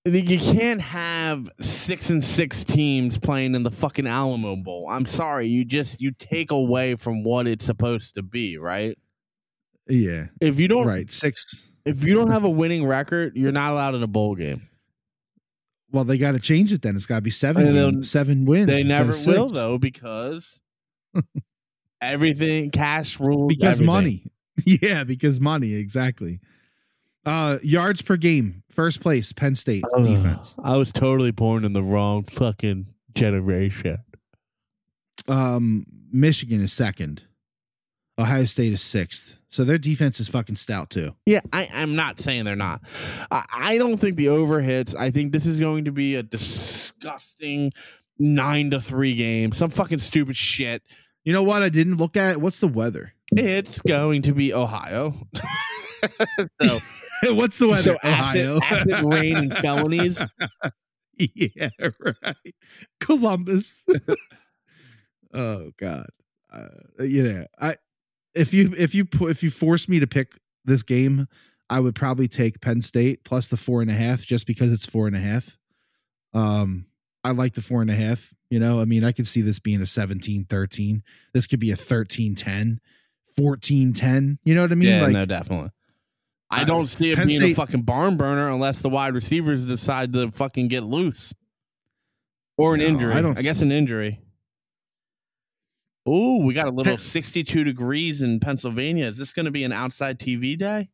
Speaker 2: you can't have six and six teams playing in the fucking Alamo Bowl. I'm sorry, you just you take away from what it's supposed to be, right?
Speaker 1: Yeah,
Speaker 2: If you don't,
Speaker 1: right. Six.
Speaker 2: if you don't have a winning record, you're not allowed in a bowl game.
Speaker 1: Well, they got to change it then. It's got to be seven.
Speaker 2: And they'll-
Speaker 1: games- Seven wins.
Speaker 2: They
Speaker 1: instead of
Speaker 2: never will
Speaker 1: six.
Speaker 2: though because everything cash rules.
Speaker 1: because
Speaker 2: everything.
Speaker 1: money <laughs> yeah because money exactly uh yards per game first place penn state
Speaker 2: Ugh,
Speaker 1: defense
Speaker 2: I was totally born in the wrong fucking generation.
Speaker 1: um michigan is second ohio state is sixth so their defense is fucking stout too
Speaker 2: Yeah, I, I'm not saying they're not. I, I don't think the over hits. I think this is going to be a disgusting nine to three game. Some fucking stupid shit.
Speaker 1: you know what i didn't look at what's the weather <laughs>
Speaker 2: It's going to be Ohio. so,
Speaker 1: what's the weather
Speaker 2: so acid, acid rain and felonies.
Speaker 1: <laughs> yeah right columbus <laughs> oh god uh, you know i if you if you pu- if you force me to pick this game i would probably take penn state plus the four and a half just because it's four and a half um i like the four and a half you know i mean i could see this being a 17 13 this could be a 13 10 14 10 you know what i mean
Speaker 2: yeah,
Speaker 1: like
Speaker 2: no, definitely. I
Speaker 1: I-
Speaker 2: don't see it
Speaker 1: Penn
Speaker 2: being a
Speaker 1: State-
Speaker 2: fucking barn burner unless the wide receivers decide to fucking get loose or an
Speaker 1: No,
Speaker 2: injury. I,
Speaker 1: I don't
Speaker 2: guess
Speaker 1: see-
Speaker 2: an injury. Ooh, we got a little
Speaker 1: Pe-
Speaker 2: 62 degrees in Pennsylvania. Is this going to be an outside TV day?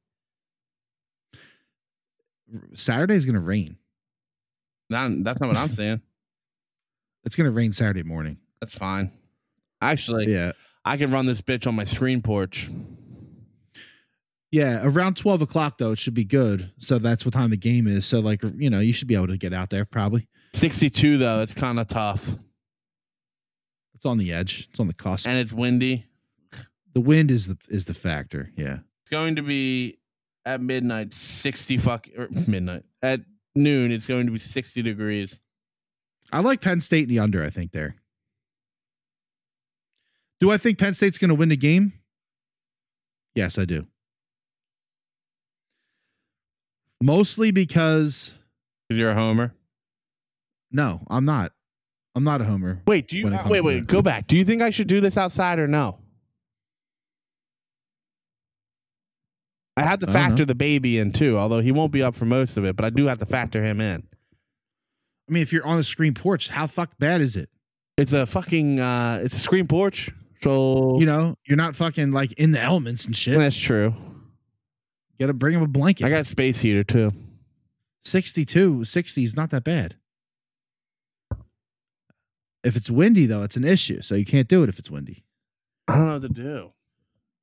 Speaker 1: saturday's gonna rain
Speaker 2: Not, that's not what
Speaker 1: <laughs>
Speaker 2: I'm saying.
Speaker 1: it's gonna rain saturday morning
Speaker 2: That's fine. Actually,
Speaker 1: yeah
Speaker 2: I can run this bitch on my screen porch.
Speaker 1: Yeah, around twelve o'clock though, it should be good. So that's what time the game is. So like you know, you should be able to get out there probably.
Speaker 2: 62 though, it's kind of tough,
Speaker 1: It's on the edge. It's on the cost.
Speaker 2: and it's windy.
Speaker 1: The wind is the is the factor. Yeah.
Speaker 2: It's going to be at midnight, sixty fuck or midnight at noon. It's going to be sixty degrees.
Speaker 1: I like Penn State in the under, I think there. Do I think Penn State's gonna win the game? Yes, I do. Mostly because
Speaker 2: Cause you're a homer.
Speaker 1: no, I'm not. I'm not a homer.
Speaker 2: Wait, do
Speaker 1: When it comes
Speaker 2: wait,
Speaker 1: to
Speaker 2: wait,
Speaker 1: that.
Speaker 2: go back. Do you think I should do this outside or no? I have
Speaker 1: I
Speaker 2: to
Speaker 1: don't know.
Speaker 2: factor the baby in too, although he won't be up for most of it. But I do have to factor him in.
Speaker 1: I mean, if you're on the screen porch, how fuck bad is it?
Speaker 2: It's a fucking, uh it's a screen porch, so
Speaker 1: You know, you're not fucking like in the elements and shit.
Speaker 2: that's true.
Speaker 1: Gotta bring him a blanket.
Speaker 2: I got a space heater too.
Speaker 1: 62, 60 is not that bad. If it's windy though, it's an issue. So you can't do it if it's windy.
Speaker 2: I don't know what to do.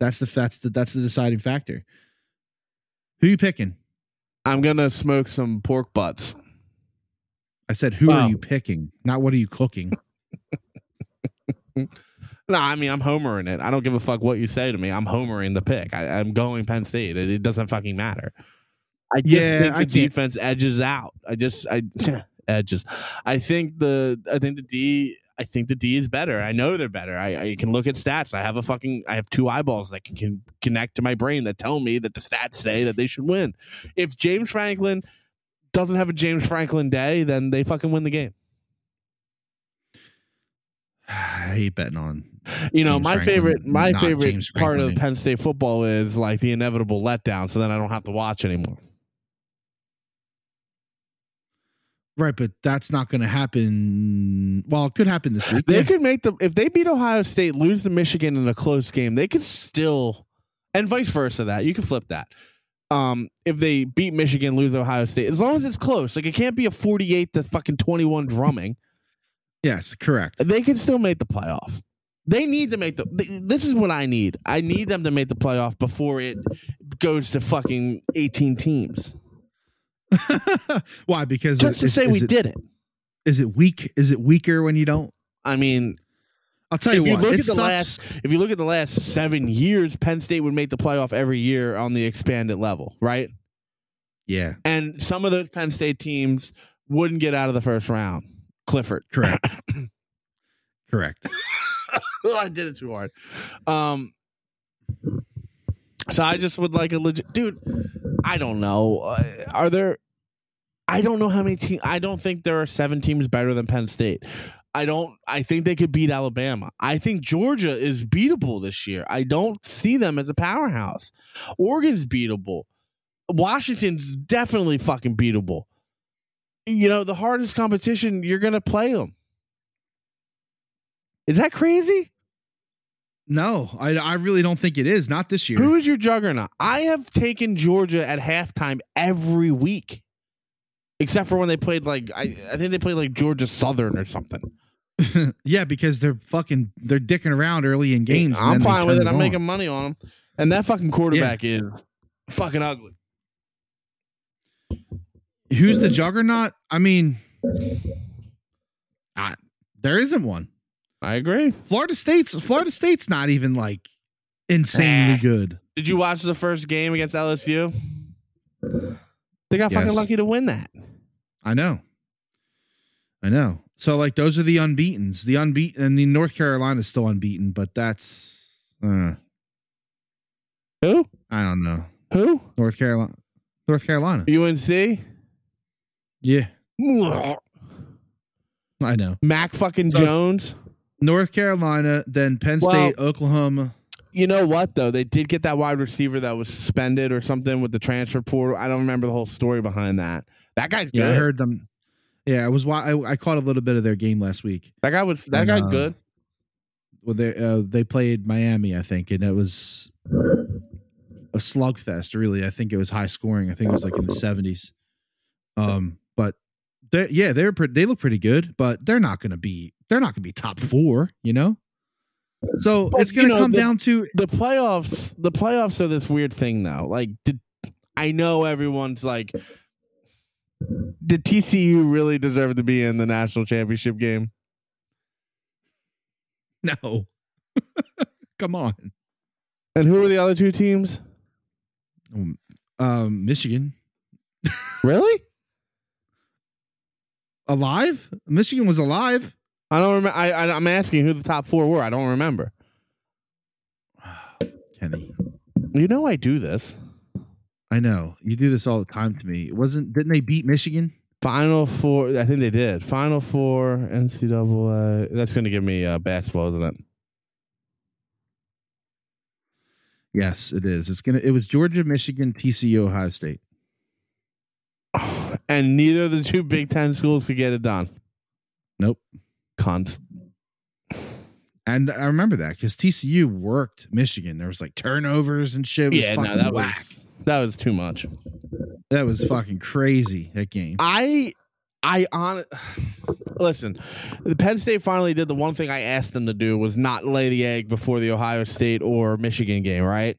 Speaker 1: That's the that's the that's the deciding factor. Who you picking?
Speaker 2: I'm gonna smoke some pork butts.
Speaker 1: I said, who
Speaker 2: Oh.
Speaker 1: are you picking? Not what are you
Speaker 2: <sighs>
Speaker 1: cooking?
Speaker 2: No, I mean I'm homering it. I don't give a fuck what you say to me. I'm homering the pick. I, I'm going Penn State. It, it doesn't fucking matter. I just
Speaker 1: Yeah,
Speaker 2: think the
Speaker 1: I get-
Speaker 2: defense edges out. I just I <clears throat> edges. I think the I think the D I think the D is better. I know they're better. I, I can look at stats. I have a fucking I have two eyeballs that can, can connect to my brain that tell me that the stats say that they should win. If James Franklin doesn't have a James Franklin day, then they fucking win the game.
Speaker 1: I hate betting on.
Speaker 2: You know,
Speaker 1: James
Speaker 2: my
Speaker 1: Franklin,
Speaker 2: favorite my
Speaker 1: not
Speaker 2: favorite
Speaker 1: James
Speaker 2: part of
Speaker 1: Franklin.
Speaker 2: Penn State football is like the inevitable letdown, so then I don't have to watch anymore.
Speaker 1: Right, but that's not going to happen. Well, it could happen this week.
Speaker 2: They
Speaker 1: Yeah.
Speaker 2: could make the if they beat Ohio State, lose to Michigan in a close game, they could still and vice versa that. You can flip that. Um, if they beat Michigan, lose to Ohio State, as long as it's close, like it can't be a forty eight to fucking twenty one drumming,
Speaker 1: yes, correct.
Speaker 2: they can still make the playoff. They need to make the. th- This is what I need. I need them to make the playoff before it goes to fucking eighteen teams.
Speaker 1: <laughs> Why? Because
Speaker 2: Uh, Just to
Speaker 1: is-
Speaker 2: say
Speaker 1: is
Speaker 2: we
Speaker 1: it-
Speaker 2: did it.
Speaker 1: Is it weak? Is it weaker when you don't?
Speaker 2: I mean,
Speaker 1: I'll tell
Speaker 2: if
Speaker 1: you
Speaker 2: you
Speaker 1: what.
Speaker 2: look
Speaker 1: it
Speaker 2: at the
Speaker 1: sucks.
Speaker 2: last, if you look at the last seven years, Penn State would make the playoff every year on the expanded level, right?
Speaker 1: yeah,
Speaker 2: And some of those Penn State teams wouldn't get out of the first round. Clifford, <coughs>
Speaker 1: correct, correct.
Speaker 2: oh, <laughs> I did it too hard. Um, so I just would like a legit dude. I don't know. Uh, Are there? I don't know how many teams. I don't think there are seven teams better than Penn State. I don't. I think they could beat Alabama. I think Georgia is beatable this year. I don't see them as a powerhouse. Oregon's beatable. Washington's definitely fucking beatable. You know, the hardest competition you're gonna play them. Is that crazy?
Speaker 1: No, I I really don't think it is. Not this year.
Speaker 2: Who is your juggernaut? I have taken Georgia at halftime every week, except for when they played like I, I think they played like Georgia Southern or something.
Speaker 1: <laughs> yeah, because they're fucking they're dicking around early in games. and
Speaker 2: I'm
Speaker 1: then they
Speaker 2: fine with
Speaker 1: turn
Speaker 2: it. I'm
Speaker 1: on.
Speaker 2: making money on them, and that fucking quarterback is fucking ugly.
Speaker 1: Who's the juggernaut? I mean, I, there isn't one.
Speaker 2: I agree.
Speaker 1: Florida State's Florida State's not even like insanely
Speaker 2: Ah.
Speaker 1: good.
Speaker 2: Did you watch the first game against LSU? They got
Speaker 1: Yes.
Speaker 2: fucking lucky to win that.
Speaker 1: I know. I know. So like those are the unbeaten's. The unbeaten and the North Carolina's still unbeaten, but that's uh,
Speaker 2: Who?
Speaker 1: I don't know.
Speaker 2: Who?
Speaker 1: North Carolina North Carolina.
Speaker 2: UNC.
Speaker 1: Yeah, I know.
Speaker 2: Mac fucking
Speaker 1: So-
Speaker 2: Jones.
Speaker 1: North Carolina, then Penn
Speaker 2: Well-
Speaker 1: State, Oklahoma.
Speaker 2: You know what though? They did get that wide receiver that was suspended or something with the transfer portal. I don't remember the whole story behind that. That guy's good.
Speaker 1: Yeah, I heard them. Yeah, I was wa- I, I caught a little bit of their game last week.
Speaker 2: that guy was that
Speaker 1: And,
Speaker 2: guy's
Speaker 1: uh,
Speaker 2: good.
Speaker 1: Well, they uh, they played Miami, I think, and it was a slugfest. Really, I think it was high scoring. I think it was like in the seventies. Um, but they yeah, they're pre- they look pretty good, but they're not going to be they're not going to be top four, you know. So
Speaker 2: But,
Speaker 1: it's going
Speaker 2: you
Speaker 1: to
Speaker 2: know,
Speaker 1: come
Speaker 2: the-
Speaker 1: down to <laughs>
Speaker 2: The playoffs the playoffs are this weird thing though. Like did I know everyone's like did TCU really deserve to be in the national championship game?
Speaker 1: no. come on,
Speaker 2: And who were the other two teams?
Speaker 1: Um, um, Michigan
Speaker 2: Really?
Speaker 1: alive. Michigan was
Speaker 2: <sighs>
Speaker 1: alive.
Speaker 2: I don't remember. I, I I'm asking who the top four were. I don't remember.
Speaker 1: Kenny,
Speaker 2: You know I do this.
Speaker 1: I know you do this all the time to me. It wasn't didn't they beat Michigan?
Speaker 2: Final four. I think they did. Final four. NCAA. That's going to give me uh, basketball, isn't it?
Speaker 1: Yes, it is. It's gonna. It was Georgia, Michigan, TCU, Ohio State.
Speaker 2: <sighs> And neither of the two Big Ten schools could get it done.
Speaker 1: Nope.
Speaker 2: Cons.
Speaker 1: And I remember that because TCU worked Michigan. There was like turnovers and shit. It was
Speaker 2: Yeah,
Speaker 1: fucking
Speaker 2: no, that
Speaker 1: whack.
Speaker 2: was that was too much.
Speaker 1: that was fucking crazy. That game.
Speaker 2: I, I on. <sighs> Listen, the Penn State finally did the one thing I asked them to do was not lay the egg before the Ohio State or Michigan game, right?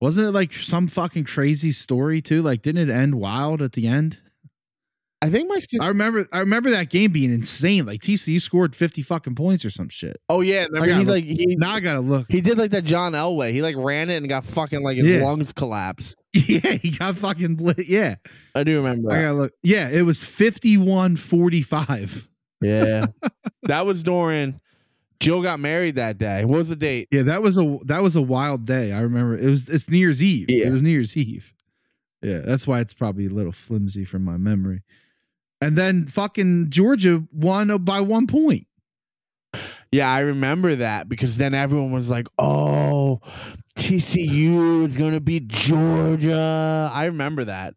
Speaker 1: Wasn't it like some fucking crazy story too? Like, didn't it end wild at the end?
Speaker 2: I think my. sis-
Speaker 1: I remember. I remember that game being insane. Like TCU scored fifty fucking points or some shit.
Speaker 2: Oh yeah, remember
Speaker 1: I
Speaker 2: he
Speaker 1: got-
Speaker 2: like he,
Speaker 1: Now I gotta look. <laughs>
Speaker 2: he did like that John Elway. He like ran it and got fucking like his
Speaker 1: Yeah.
Speaker 2: lungs collapsed.
Speaker 1: Yeah, he got fucking lit. Yeah,
Speaker 2: I do remember.
Speaker 1: I
Speaker 2: that.
Speaker 1: gotta look. Yeah, it was 51-45.
Speaker 2: Yeah. that was during Jill got married that day. What was the date?
Speaker 1: Yeah, that was a that was a wild day. I remember it was it's New Year's Eve.
Speaker 2: Yeah.
Speaker 1: It was New Year's Eve. Yeah, that's why it's probably a little flimsy from my memory. And then fucking Georgia won by one point.
Speaker 2: Yeah, I remember that because then everyone was like, oh, TCU is going to beat Georgia. I remember that.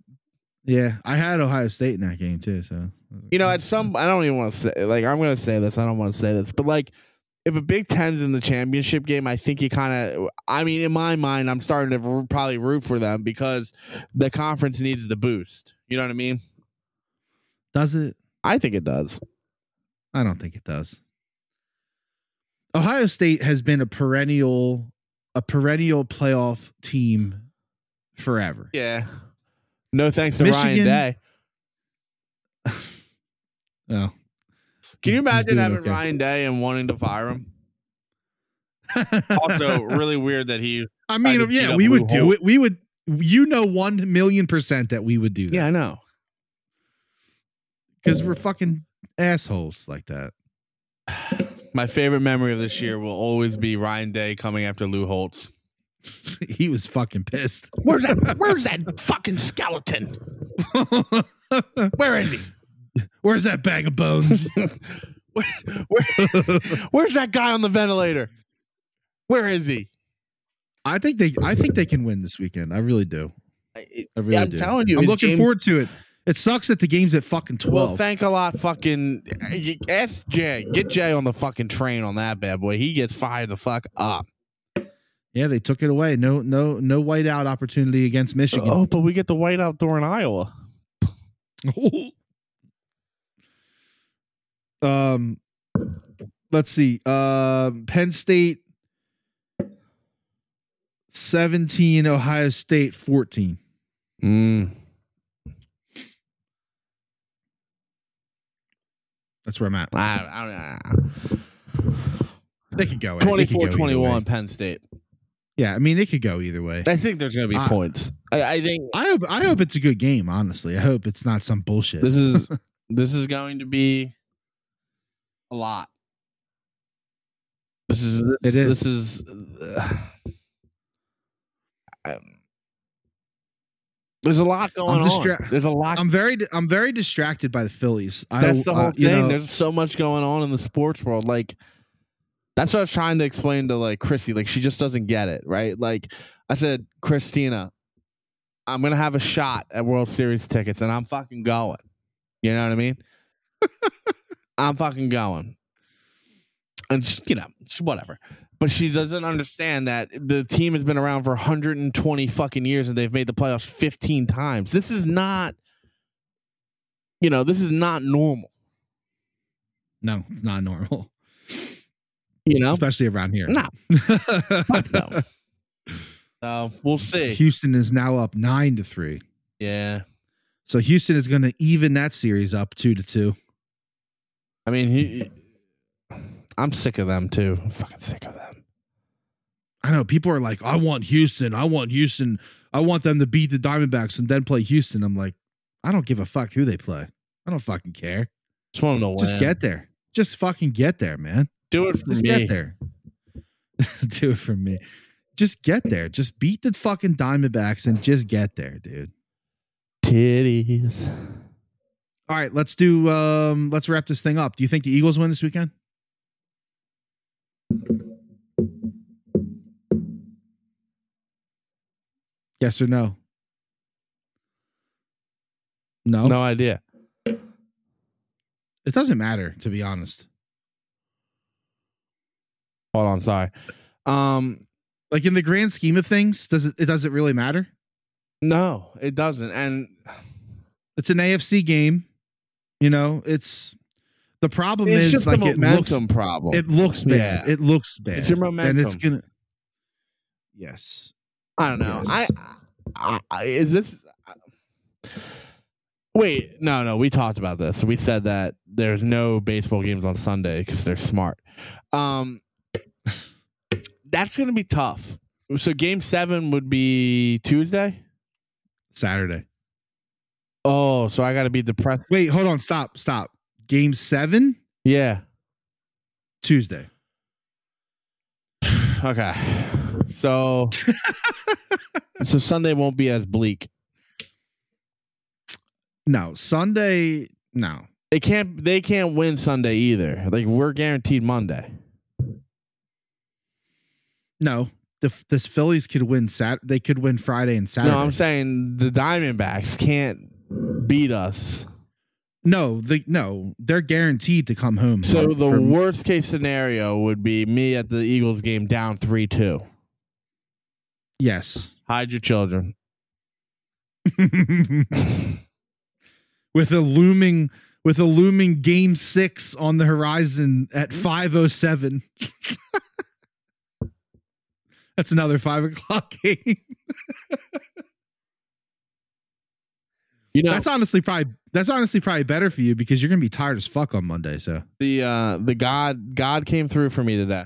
Speaker 1: Yeah, I had Ohio State in that game too. So
Speaker 2: You know, at some, I don't even want to say, like, I'm going to say this. I don't want to say this, but like, if a Big Ten's in the championship game, I think you kind of, I mean, in my mind, I'm starting to r- probably root for them because the conference needs the boost. You know what I mean?
Speaker 1: does it?
Speaker 2: I think it does.
Speaker 1: I don't think it does. Ohio State has been a perennial a perennial playoff team forever.
Speaker 2: Yeah. No thanks to Ryan
Speaker 1: Michigan-
Speaker 2: Day.
Speaker 1: Oh.
Speaker 2: Can
Speaker 1: He's- he's
Speaker 2: you imagine
Speaker 1: doing
Speaker 2: having
Speaker 1: okay. <laughs>
Speaker 2: Ryan Day and wanting to fire him? <laughs> Also, really weird that he.
Speaker 1: I
Speaker 2: I
Speaker 1: mean,
Speaker 2: just beat
Speaker 1: yeah,
Speaker 2: up
Speaker 1: we
Speaker 2: Lou
Speaker 1: would do
Speaker 2: Holtz.
Speaker 1: it. We would, you know, one million percent that we would do that
Speaker 2: Yeah, I know.
Speaker 1: because we're fucking assholes like that. <laughs>
Speaker 2: My favorite memory of this year will always be Ryan Day coming after Lou Holtz.
Speaker 1: he was fucking pissed. <laughs>
Speaker 2: Where's that? Where's that fucking skeleton? Where is he?
Speaker 1: Where's that bag of bones?
Speaker 2: Where, where- <laughs> where's that guy on the ventilator? Where is he?
Speaker 1: I think they, I think they can win this weekend. I really do. I really
Speaker 2: I'm
Speaker 1: do.
Speaker 2: telling you,
Speaker 1: I'm
Speaker 2: it's
Speaker 1: looking
Speaker 2: James-
Speaker 1: forward to it. It sucks that the game's at fucking twelve.
Speaker 2: Well, thank a lot, fucking. Ask Jay. Get Jay on the fucking train on that bad boy. He gets fired the fuck up.
Speaker 1: yeah, they took it away. No, no, no whiteout opportunity against Michigan.
Speaker 2: Oh, but we get the whiteout door in Iowa.
Speaker 1: <laughs> um, let's see. Uh, Penn State seventeen, Ohio State fourteen.
Speaker 2: Mm.
Speaker 1: That's where I'm at.
Speaker 2: I, I don't know.
Speaker 1: They could go. they could go either
Speaker 2: 24
Speaker 1: way.
Speaker 2: 21 Penn State.
Speaker 1: Yeah, I mean, it could go either way.
Speaker 2: I think there's going to be
Speaker 1: I-
Speaker 2: points. I, I think
Speaker 1: I hope. I hope it's a good game. Honestly, I hope it's not some bullshit.
Speaker 2: this is <laughs> this is going to be a lot. This is
Speaker 1: It
Speaker 2: this,
Speaker 1: is.
Speaker 2: this is <sighs> uh, um, there's a lot going on.
Speaker 1: distra-
Speaker 2: There's a lot.
Speaker 1: I'm very. I'm very distracted by the Phillies. I,
Speaker 2: that's the whole
Speaker 1: uh,
Speaker 2: thing.
Speaker 1: you know-
Speaker 2: there's so much going on in the sports world. Like that's what I was trying to explain to like Chrissy. Like she just doesn't get it, right? Like I said, Christina, I'm gonna have a shot at World Series tickets, and I'm fucking going. You know what
Speaker 1: <laughs>
Speaker 2: I mean? I'm fucking going. And she, you know, she, whatever. But she doesn't understand that the team has been around for 120 fucking years and they've made the playoffs 15 times. This is not, you know, this is not normal.
Speaker 1: no, it's not normal,
Speaker 2: You know,
Speaker 1: especially around here.
Speaker 2: No.
Speaker 1: <laughs>
Speaker 2: Fuck no. so Uh, we'll see.
Speaker 1: Houston is now up nine to three.
Speaker 2: Yeah,
Speaker 1: So Houston is going to even that series up two to two.
Speaker 2: I mean, he, I'm sick of them too. I'm fucking sick of them.
Speaker 1: I know people are like, I want Houston. I want Houston. I want them to beat the Diamondbacks and then play Houston. I'm like, I don't give a fuck who they play. I don't fucking care.
Speaker 2: Just want them to win.
Speaker 1: Just get there. Just fucking get there, man.
Speaker 2: do it for
Speaker 1: Just
Speaker 2: me.
Speaker 1: get there. <laughs> Do it for me. Just get there. Just beat the fucking Diamondbacks and just get there, dude.
Speaker 2: Titties.
Speaker 1: All right, let's do um let's wrap this thing up. Do you think the Eagles win this weekend? Yes or no? No.
Speaker 2: No idea.
Speaker 1: It doesn't matter to be honest.
Speaker 2: Hold on, sorry. Um,
Speaker 1: Like in the grand scheme of things, does it it doesn't really matter?
Speaker 2: no, it doesn't. And
Speaker 1: it's an AFC game. You know, it's the problem
Speaker 2: it's
Speaker 1: is
Speaker 2: just
Speaker 1: like
Speaker 2: a
Speaker 1: it
Speaker 2: momentum
Speaker 1: looks
Speaker 2: problem.
Speaker 1: it looks bad.
Speaker 2: Yeah.
Speaker 1: It looks bad.
Speaker 2: It's your
Speaker 1: And it's
Speaker 2: momentum.
Speaker 1: gonna Yes.
Speaker 2: I don't know. I,
Speaker 1: Yes.
Speaker 2: I, I is this. Wait, no, no. We talked about this. We said that there's no baseball games on Sunday because they're smart. Um, <sighs> that's gonna be tough. So game seven would be Tuesday.
Speaker 1: Saturday.
Speaker 2: Oh, so I gotta be depressed.
Speaker 1: Wait, hold on, stop, stop. Game seven,
Speaker 2: Yeah. <sighs>
Speaker 1: Tuesday.
Speaker 2: Okay. So. <laughs> so Sunday won't be as bleak.
Speaker 1: No, Sunday, no.
Speaker 2: They can't. They can't win Sunday either. Like we're guaranteed Monday.
Speaker 1: No. The this Phillies could win Sat they could win Friday and Saturday.
Speaker 2: No, I'm saying the Diamondbacks can't beat us.
Speaker 1: no, the no, they're guaranteed to come home.
Speaker 2: So
Speaker 1: Like,
Speaker 2: the
Speaker 1: from-
Speaker 2: worst case scenario would be me at the Eagles game down 3 2.
Speaker 1: Yes. <laughs>
Speaker 2: Hide your children. <laughs>
Speaker 1: with a looming with a looming game six on the horizon at five oh seven. <laughs> That's <laughs> another five o'clock game.
Speaker 2: You know,
Speaker 1: That's honestly probably that's honestly probably better for you because you're gonna be tired as fuck on Monday. So
Speaker 2: the uh the God God came through for me today.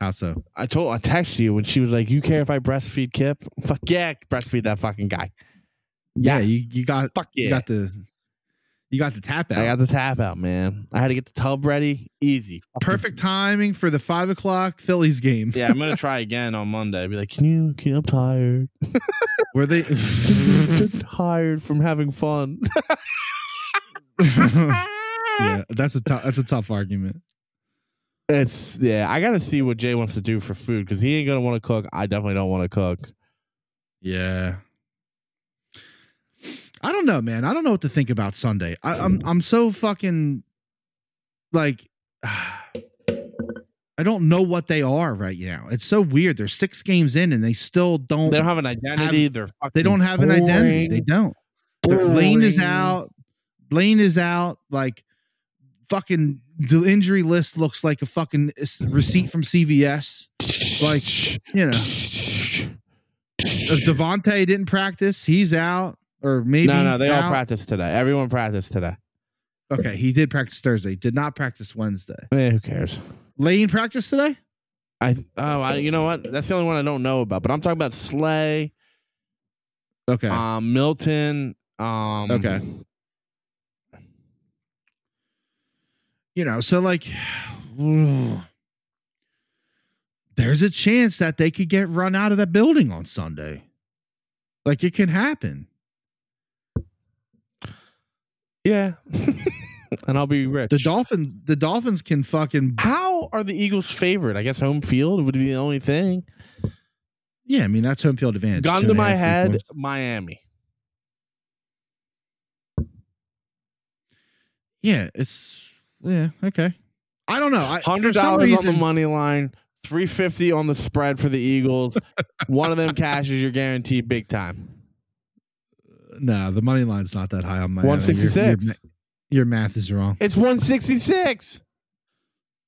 Speaker 1: how so?
Speaker 2: I told I texted you when she was like, "You care if I breastfeed Kip? Fuck yeah, breastfeed that fucking guy.
Speaker 1: Yeah, you, you got
Speaker 2: Fuck yeah."
Speaker 1: you got the you got the tap out.
Speaker 2: I got the tap out, man. I had to get the tub ready. Easy.
Speaker 1: Perfect timing for the five o'clock Phillies game.
Speaker 2: yeah, I'm gonna try again on Monday. Be like, can you? Can you? I'm tired. <laughs>
Speaker 1: Where they
Speaker 2: I'm tired from having <laughs> fun.
Speaker 1: Yeah, that's a tou- that's a tough argument.
Speaker 2: It's yeah. I gotta see what Jay wants to do for food because he ain't gonna want to cook. I definitely don't want to cook.
Speaker 1: Yeah. I don't know, man. I don't know what to think about Sunday. I, I'm I'm so fucking like <sighs> I don't know what they are right now. It's so weird. They're six games in and they still don't
Speaker 2: They don't have an identity. They're fucking
Speaker 1: they don't have an identity. They don't. Their Lane is
Speaker 2: boring.
Speaker 1: out. Lane is out. Like fucking the injury list looks like a fucking s- receipt from CVS. Like, You know, if Devontae didn't practice. He's out, or maybe
Speaker 2: no, no, they all
Speaker 1: out.
Speaker 2: practice today. Everyone practiced today.
Speaker 1: Okay, he did practice Thursday. Did not practice Wednesday.
Speaker 2: Eh, who cares?
Speaker 1: Lane practiced today.
Speaker 2: I oh, I, you know what? That's the only one I don't know about. But I'm talking about Slay,
Speaker 1: Okay,
Speaker 2: um, Milton. Um,
Speaker 1: Okay. you know, so like, <sighs> there's a chance that they could get run out of that building on Sunday. Like it can happen.
Speaker 2: Yeah. <laughs> and I'll be rich.
Speaker 1: The Dolphins, the Dolphins can fucking
Speaker 2: How are the Eagles favored? I guess home field would be the only thing.
Speaker 1: yeah. I mean, that's home field advantage.
Speaker 2: Gun
Speaker 1: Two
Speaker 2: to
Speaker 1: and a
Speaker 2: my
Speaker 1: half, three
Speaker 2: head,
Speaker 1: points.
Speaker 2: Miami.
Speaker 1: Yeah, it's yeah okay. I don't know. I, for
Speaker 2: Hundred
Speaker 1: some
Speaker 2: dollars on the
Speaker 1: reason-
Speaker 2: money line, three fifty on the spread for the Eagles. One of them cashes, you're guaranteed big time.
Speaker 1: No, the money line's not that high on my uh,
Speaker 2: One sixty six.
Speaker 1: Your math is wrong.
Speaker 2: It's one sixty six.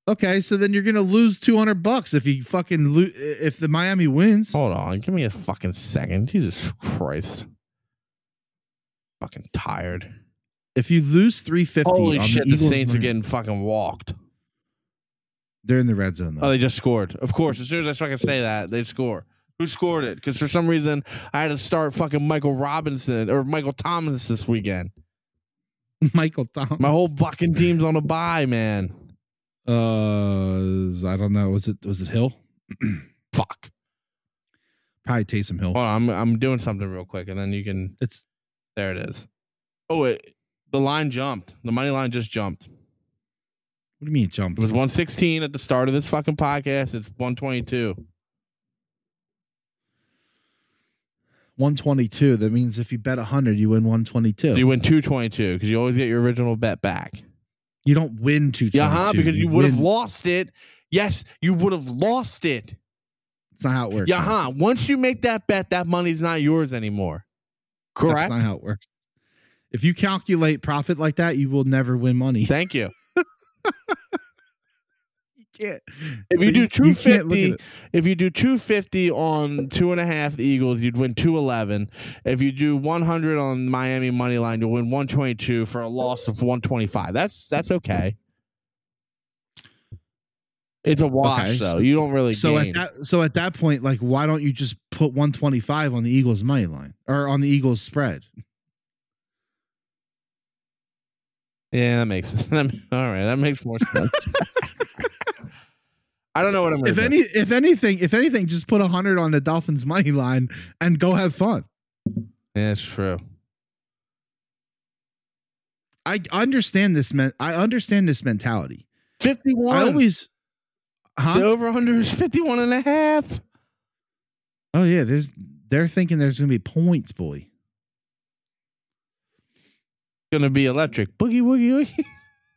Speaker 1: Okay, so then you're gonna lose two hundred bucks if you fucking lo- if the Miami wins.
Speaker 2: Hold on, give me a fucking second. Jesus Christ. Fucking tired.
Speaker 1: If you lose three fifty,
Speaker 2: Holy shit, the,
Speaker 1: Eagles
Speaker 2: Saints
Speaker 1: money-
Speaker 2: are getting fucking walked.
Speaker 1: They're in the red zone though.
Speaker 2: Oh, they just scored. Of course, as soon as I fucking say that, they score. Who scored it? Because for some reason, I had to start fucking Michael Robinson or Michael Thomas this weekend.
Speaker 1: <laughs> Michael Thomas.
Speaker 2: My whole fucking team's on a bye, man.
Speaker 1: uh, I don't know. Was it was it Hill? <clears throat>
Speaker 2: Fuck.
Speaker 1: Probably Taysom Hill.
Speaker 2: Hold on, I'm I'm doing something real quick, and then you can.
Speaker 1: It's
Speaker 2: There it is. Oh wait, the line jumped. The money line just jumped.
Speaker 1: what do you mean jump?
Speaker 2: It was 116 at the start of this fucking podcast. It's 122.
Speaker 1: One twenty two. That means if you bet hundred, you win one twenty
Speaker 2: So you
Speaker 1: two.
Speaker 2: win 222 because you always get your original bet back.
Speaker 1: You don't win two twenty two.
Speaker 2: Yeah, huh? Because you would have
Speaker 1: win-
Speaker 2: lost it. Yes, you would have lost it.
Speaker 1: That's not how it works.
Speaker 2: Yeah,
Speaker 1: man.
Speaker 2: huh? Once you make that bet, that money's not yours anymore.
Speaker 1: That's not how it works. If you calculate profit like that, you will never win money. <laughs>
Speaker 2: Thank you.
Speaker 1: You can't.
Speaker 2: If you do
Speaker 1: can't look at
Speaker 2: 250
Speaker 1: it.
Speaker 2: If you do two fifty on two and a half Eagles, you'd win two eleven. If you do one hundred on Miami money line, you'll win one twenty two for a loss of one twenty five. That's that's okay. It's a wash
Speaker 1: Okay.
Speaker 2: though. You don't really
Speaker 1: so
Speaker 2: gain.
Speaker 1: at that so at that point, like, why don't you just put 125 on the Eagles money line or on the Eagles spread?
Speaker 2: yeah, that makes <laughs> sense. That- All right, that makes more
Speaker 1: <laughs>
Speaker 2: sense. I don't know what I'm. gonna
Speaker 1: If
Speaker 2: do.
Speaker 1: any if anything if anything, just put 100 on the Dolphins money line and go have fun.
Speaker 2: yeah, it's true.
Speaker 1: I understand this men. I understand this mentality.
Speaker 2: Fifty one.
Speaker 1: I always,
Speaker 2: The
Speaker 1: huh?
Speaker 2: over under is 51 and a half.
Speaker 1: Oh yeah, there's they're thinking there's gonna be points, boy.
Speaker 2: Gonna be electric. Boogie woogie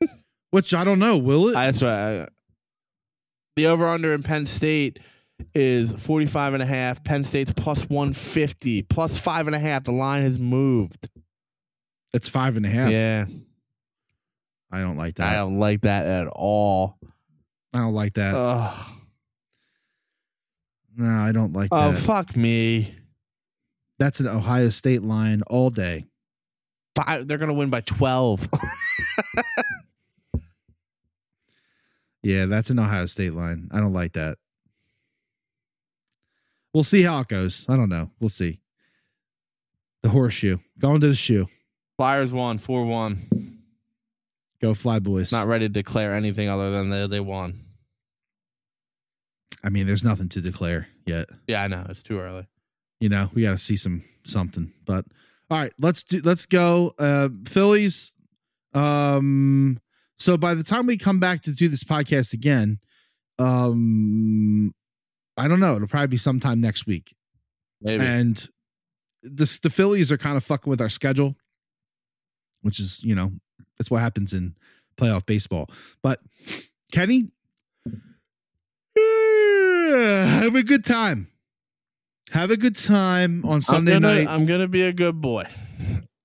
Speaker 2: woogie. <laughs>
Speaker 1: Which I don't know. Will it?
Speaker 2: That's right. I- The over under in Penn State is 45 and a half. Penn State's plus 150, plus five and a half. The line has moved.
Speaker 1: it's five and a half.
Speaker 2: Yeah.
Speaker 1: I don't like
Speaker 2: I
Speaker 1: that.
Speaker 2: don't Oh. like that at all.
Speaker 1: I don't like that.
Speaker 2: Ugh.
Speaker 1: no, I don't like
Speaker 2: Oh,
Speaker 1: that.
Speaker 2: fuck me.
Speaker 1: That's an Ohio State line all day.
Speaker 2: Five, they're gonna win by twelve.
Speaker 1: Yeah, that's an Ohio State line. I don't like that. We'll see how it goes. I don't know. We'll see. The horseshoe. Going to the shoe.
Speaker 2: Flyers won four one.
Speaker 1: Go fly boys.
Speaker 2: Not ready to declare anything other than they they won.
Speaker 1: I mean, there's nothing to declare yet.
Speaker 2: Yeah, I know it's too early.
Speaker 1: You know, we got to see some something. But all right, let's do let's go uh Phillies um so by the time we come back to do this podcast again, um I don't know, it'll probably be sometime next week.
Speaker 2: Maybe
Speaker 1: And this the Phillies are kind of fucking with our schedule, which is, you know, that's what happens in playoff baseball. But Kenny, have a good time. Have a good time on Sunday
Speaker 2: I'm gonna, uh,
Speaker 1: night.
Speaker 2: I'm gonna be a good boy.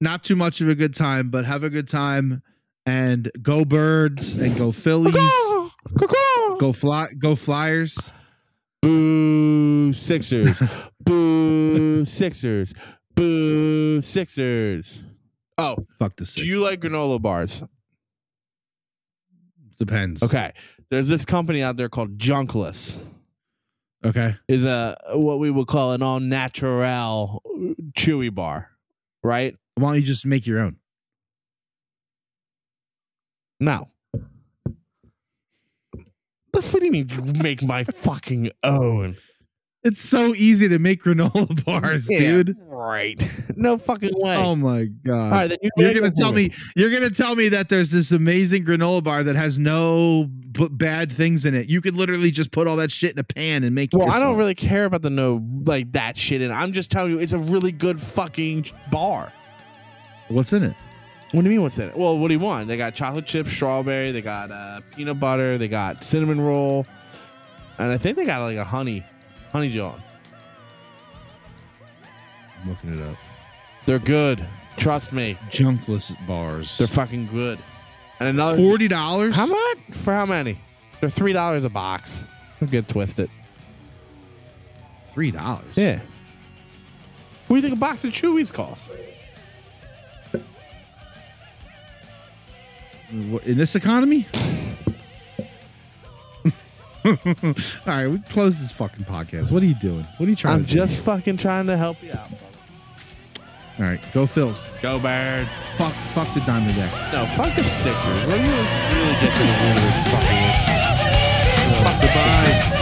Speaker 1: Not too much of a good time, but have a good time and go birds and go
Speaker 2: <laughs>
Speaker 1: Phillies. Go fly go Flyers.
Speaker 2: Boo Sixers. Boo Sixers. Boo Sixers. Oh,
Speaker 1: Fuck the six.
Speaker 2: do you like granola bars?
Speaker 1: Depends.
Speaker 2: Okay. There's this company out there called Junkless.
Speaker 1: Okay.
Speaker 2: Is a what we would call an all natural chewy bar, right?
Speaker 1: Why don't you just make your own?
Speaker 2: No. What do you mean you make my fucking own?
Speaker 1: It's so easy to make granola <laughs> bars,
Speaker 2: Yeah,
Speaker 1: dude.
Speaker 2: Right. No fucking way.
Speaker 1: Oh my god.
Speaker 2: all right, then you
Speaker 1: You're
Speaker 2: make
Speaker 1: gonna
Speaker 2: it
Speaker 1: tell
Speaker 2: for
Speaker 1: me you're gonna tell me that there's this amazing granola bar that has no b- bad things in it. You could literally just put all that shit in a pan and make. it
Speaker 2: Well, I don't
Speaker 1: yourself.
Speaker 2: really care about the no like that shit, and I'm just telling you, it's a really good fucking bar.
Speaker 1: What's in it?
Speaker 2: What do you mean? What's in it? Well, what do you want? They got chocolate chip, strawberry. They got uh, peanut butter. They got cinnamon roll, and I think they got like a honey, honey jar.
Speaker 1: I'm looking it up.
Speaker 2: They're good. Trust me,
Speaker 1: Junkless bars.
Speaker 2: they're fucking good. And another
Speaker 1: forty dollars.
Speaker 2: <laughs> how much for how many? They're three dollars a box. Don't get twisted.
Speaker 1: Three dollars.
Speaker 2: What do you think a box of Chewies costs?
Speaker 1: In this economy. <laughs> all right, we close this fucking podcast. What are you doing? What are you trying
Speaker 2: I'm
Speaker 1: to do?
Speaker 2: just fucking trying to help you out.
Speaker 1: All right, go Phils.
Speaker 2: Go Birds.
Speaker 1: Fuck, fuck the diamond deck.
Speaker 2: No, fuck the Sixers. What do you really get to the Warriors? Fuck the Fuck the Vibes.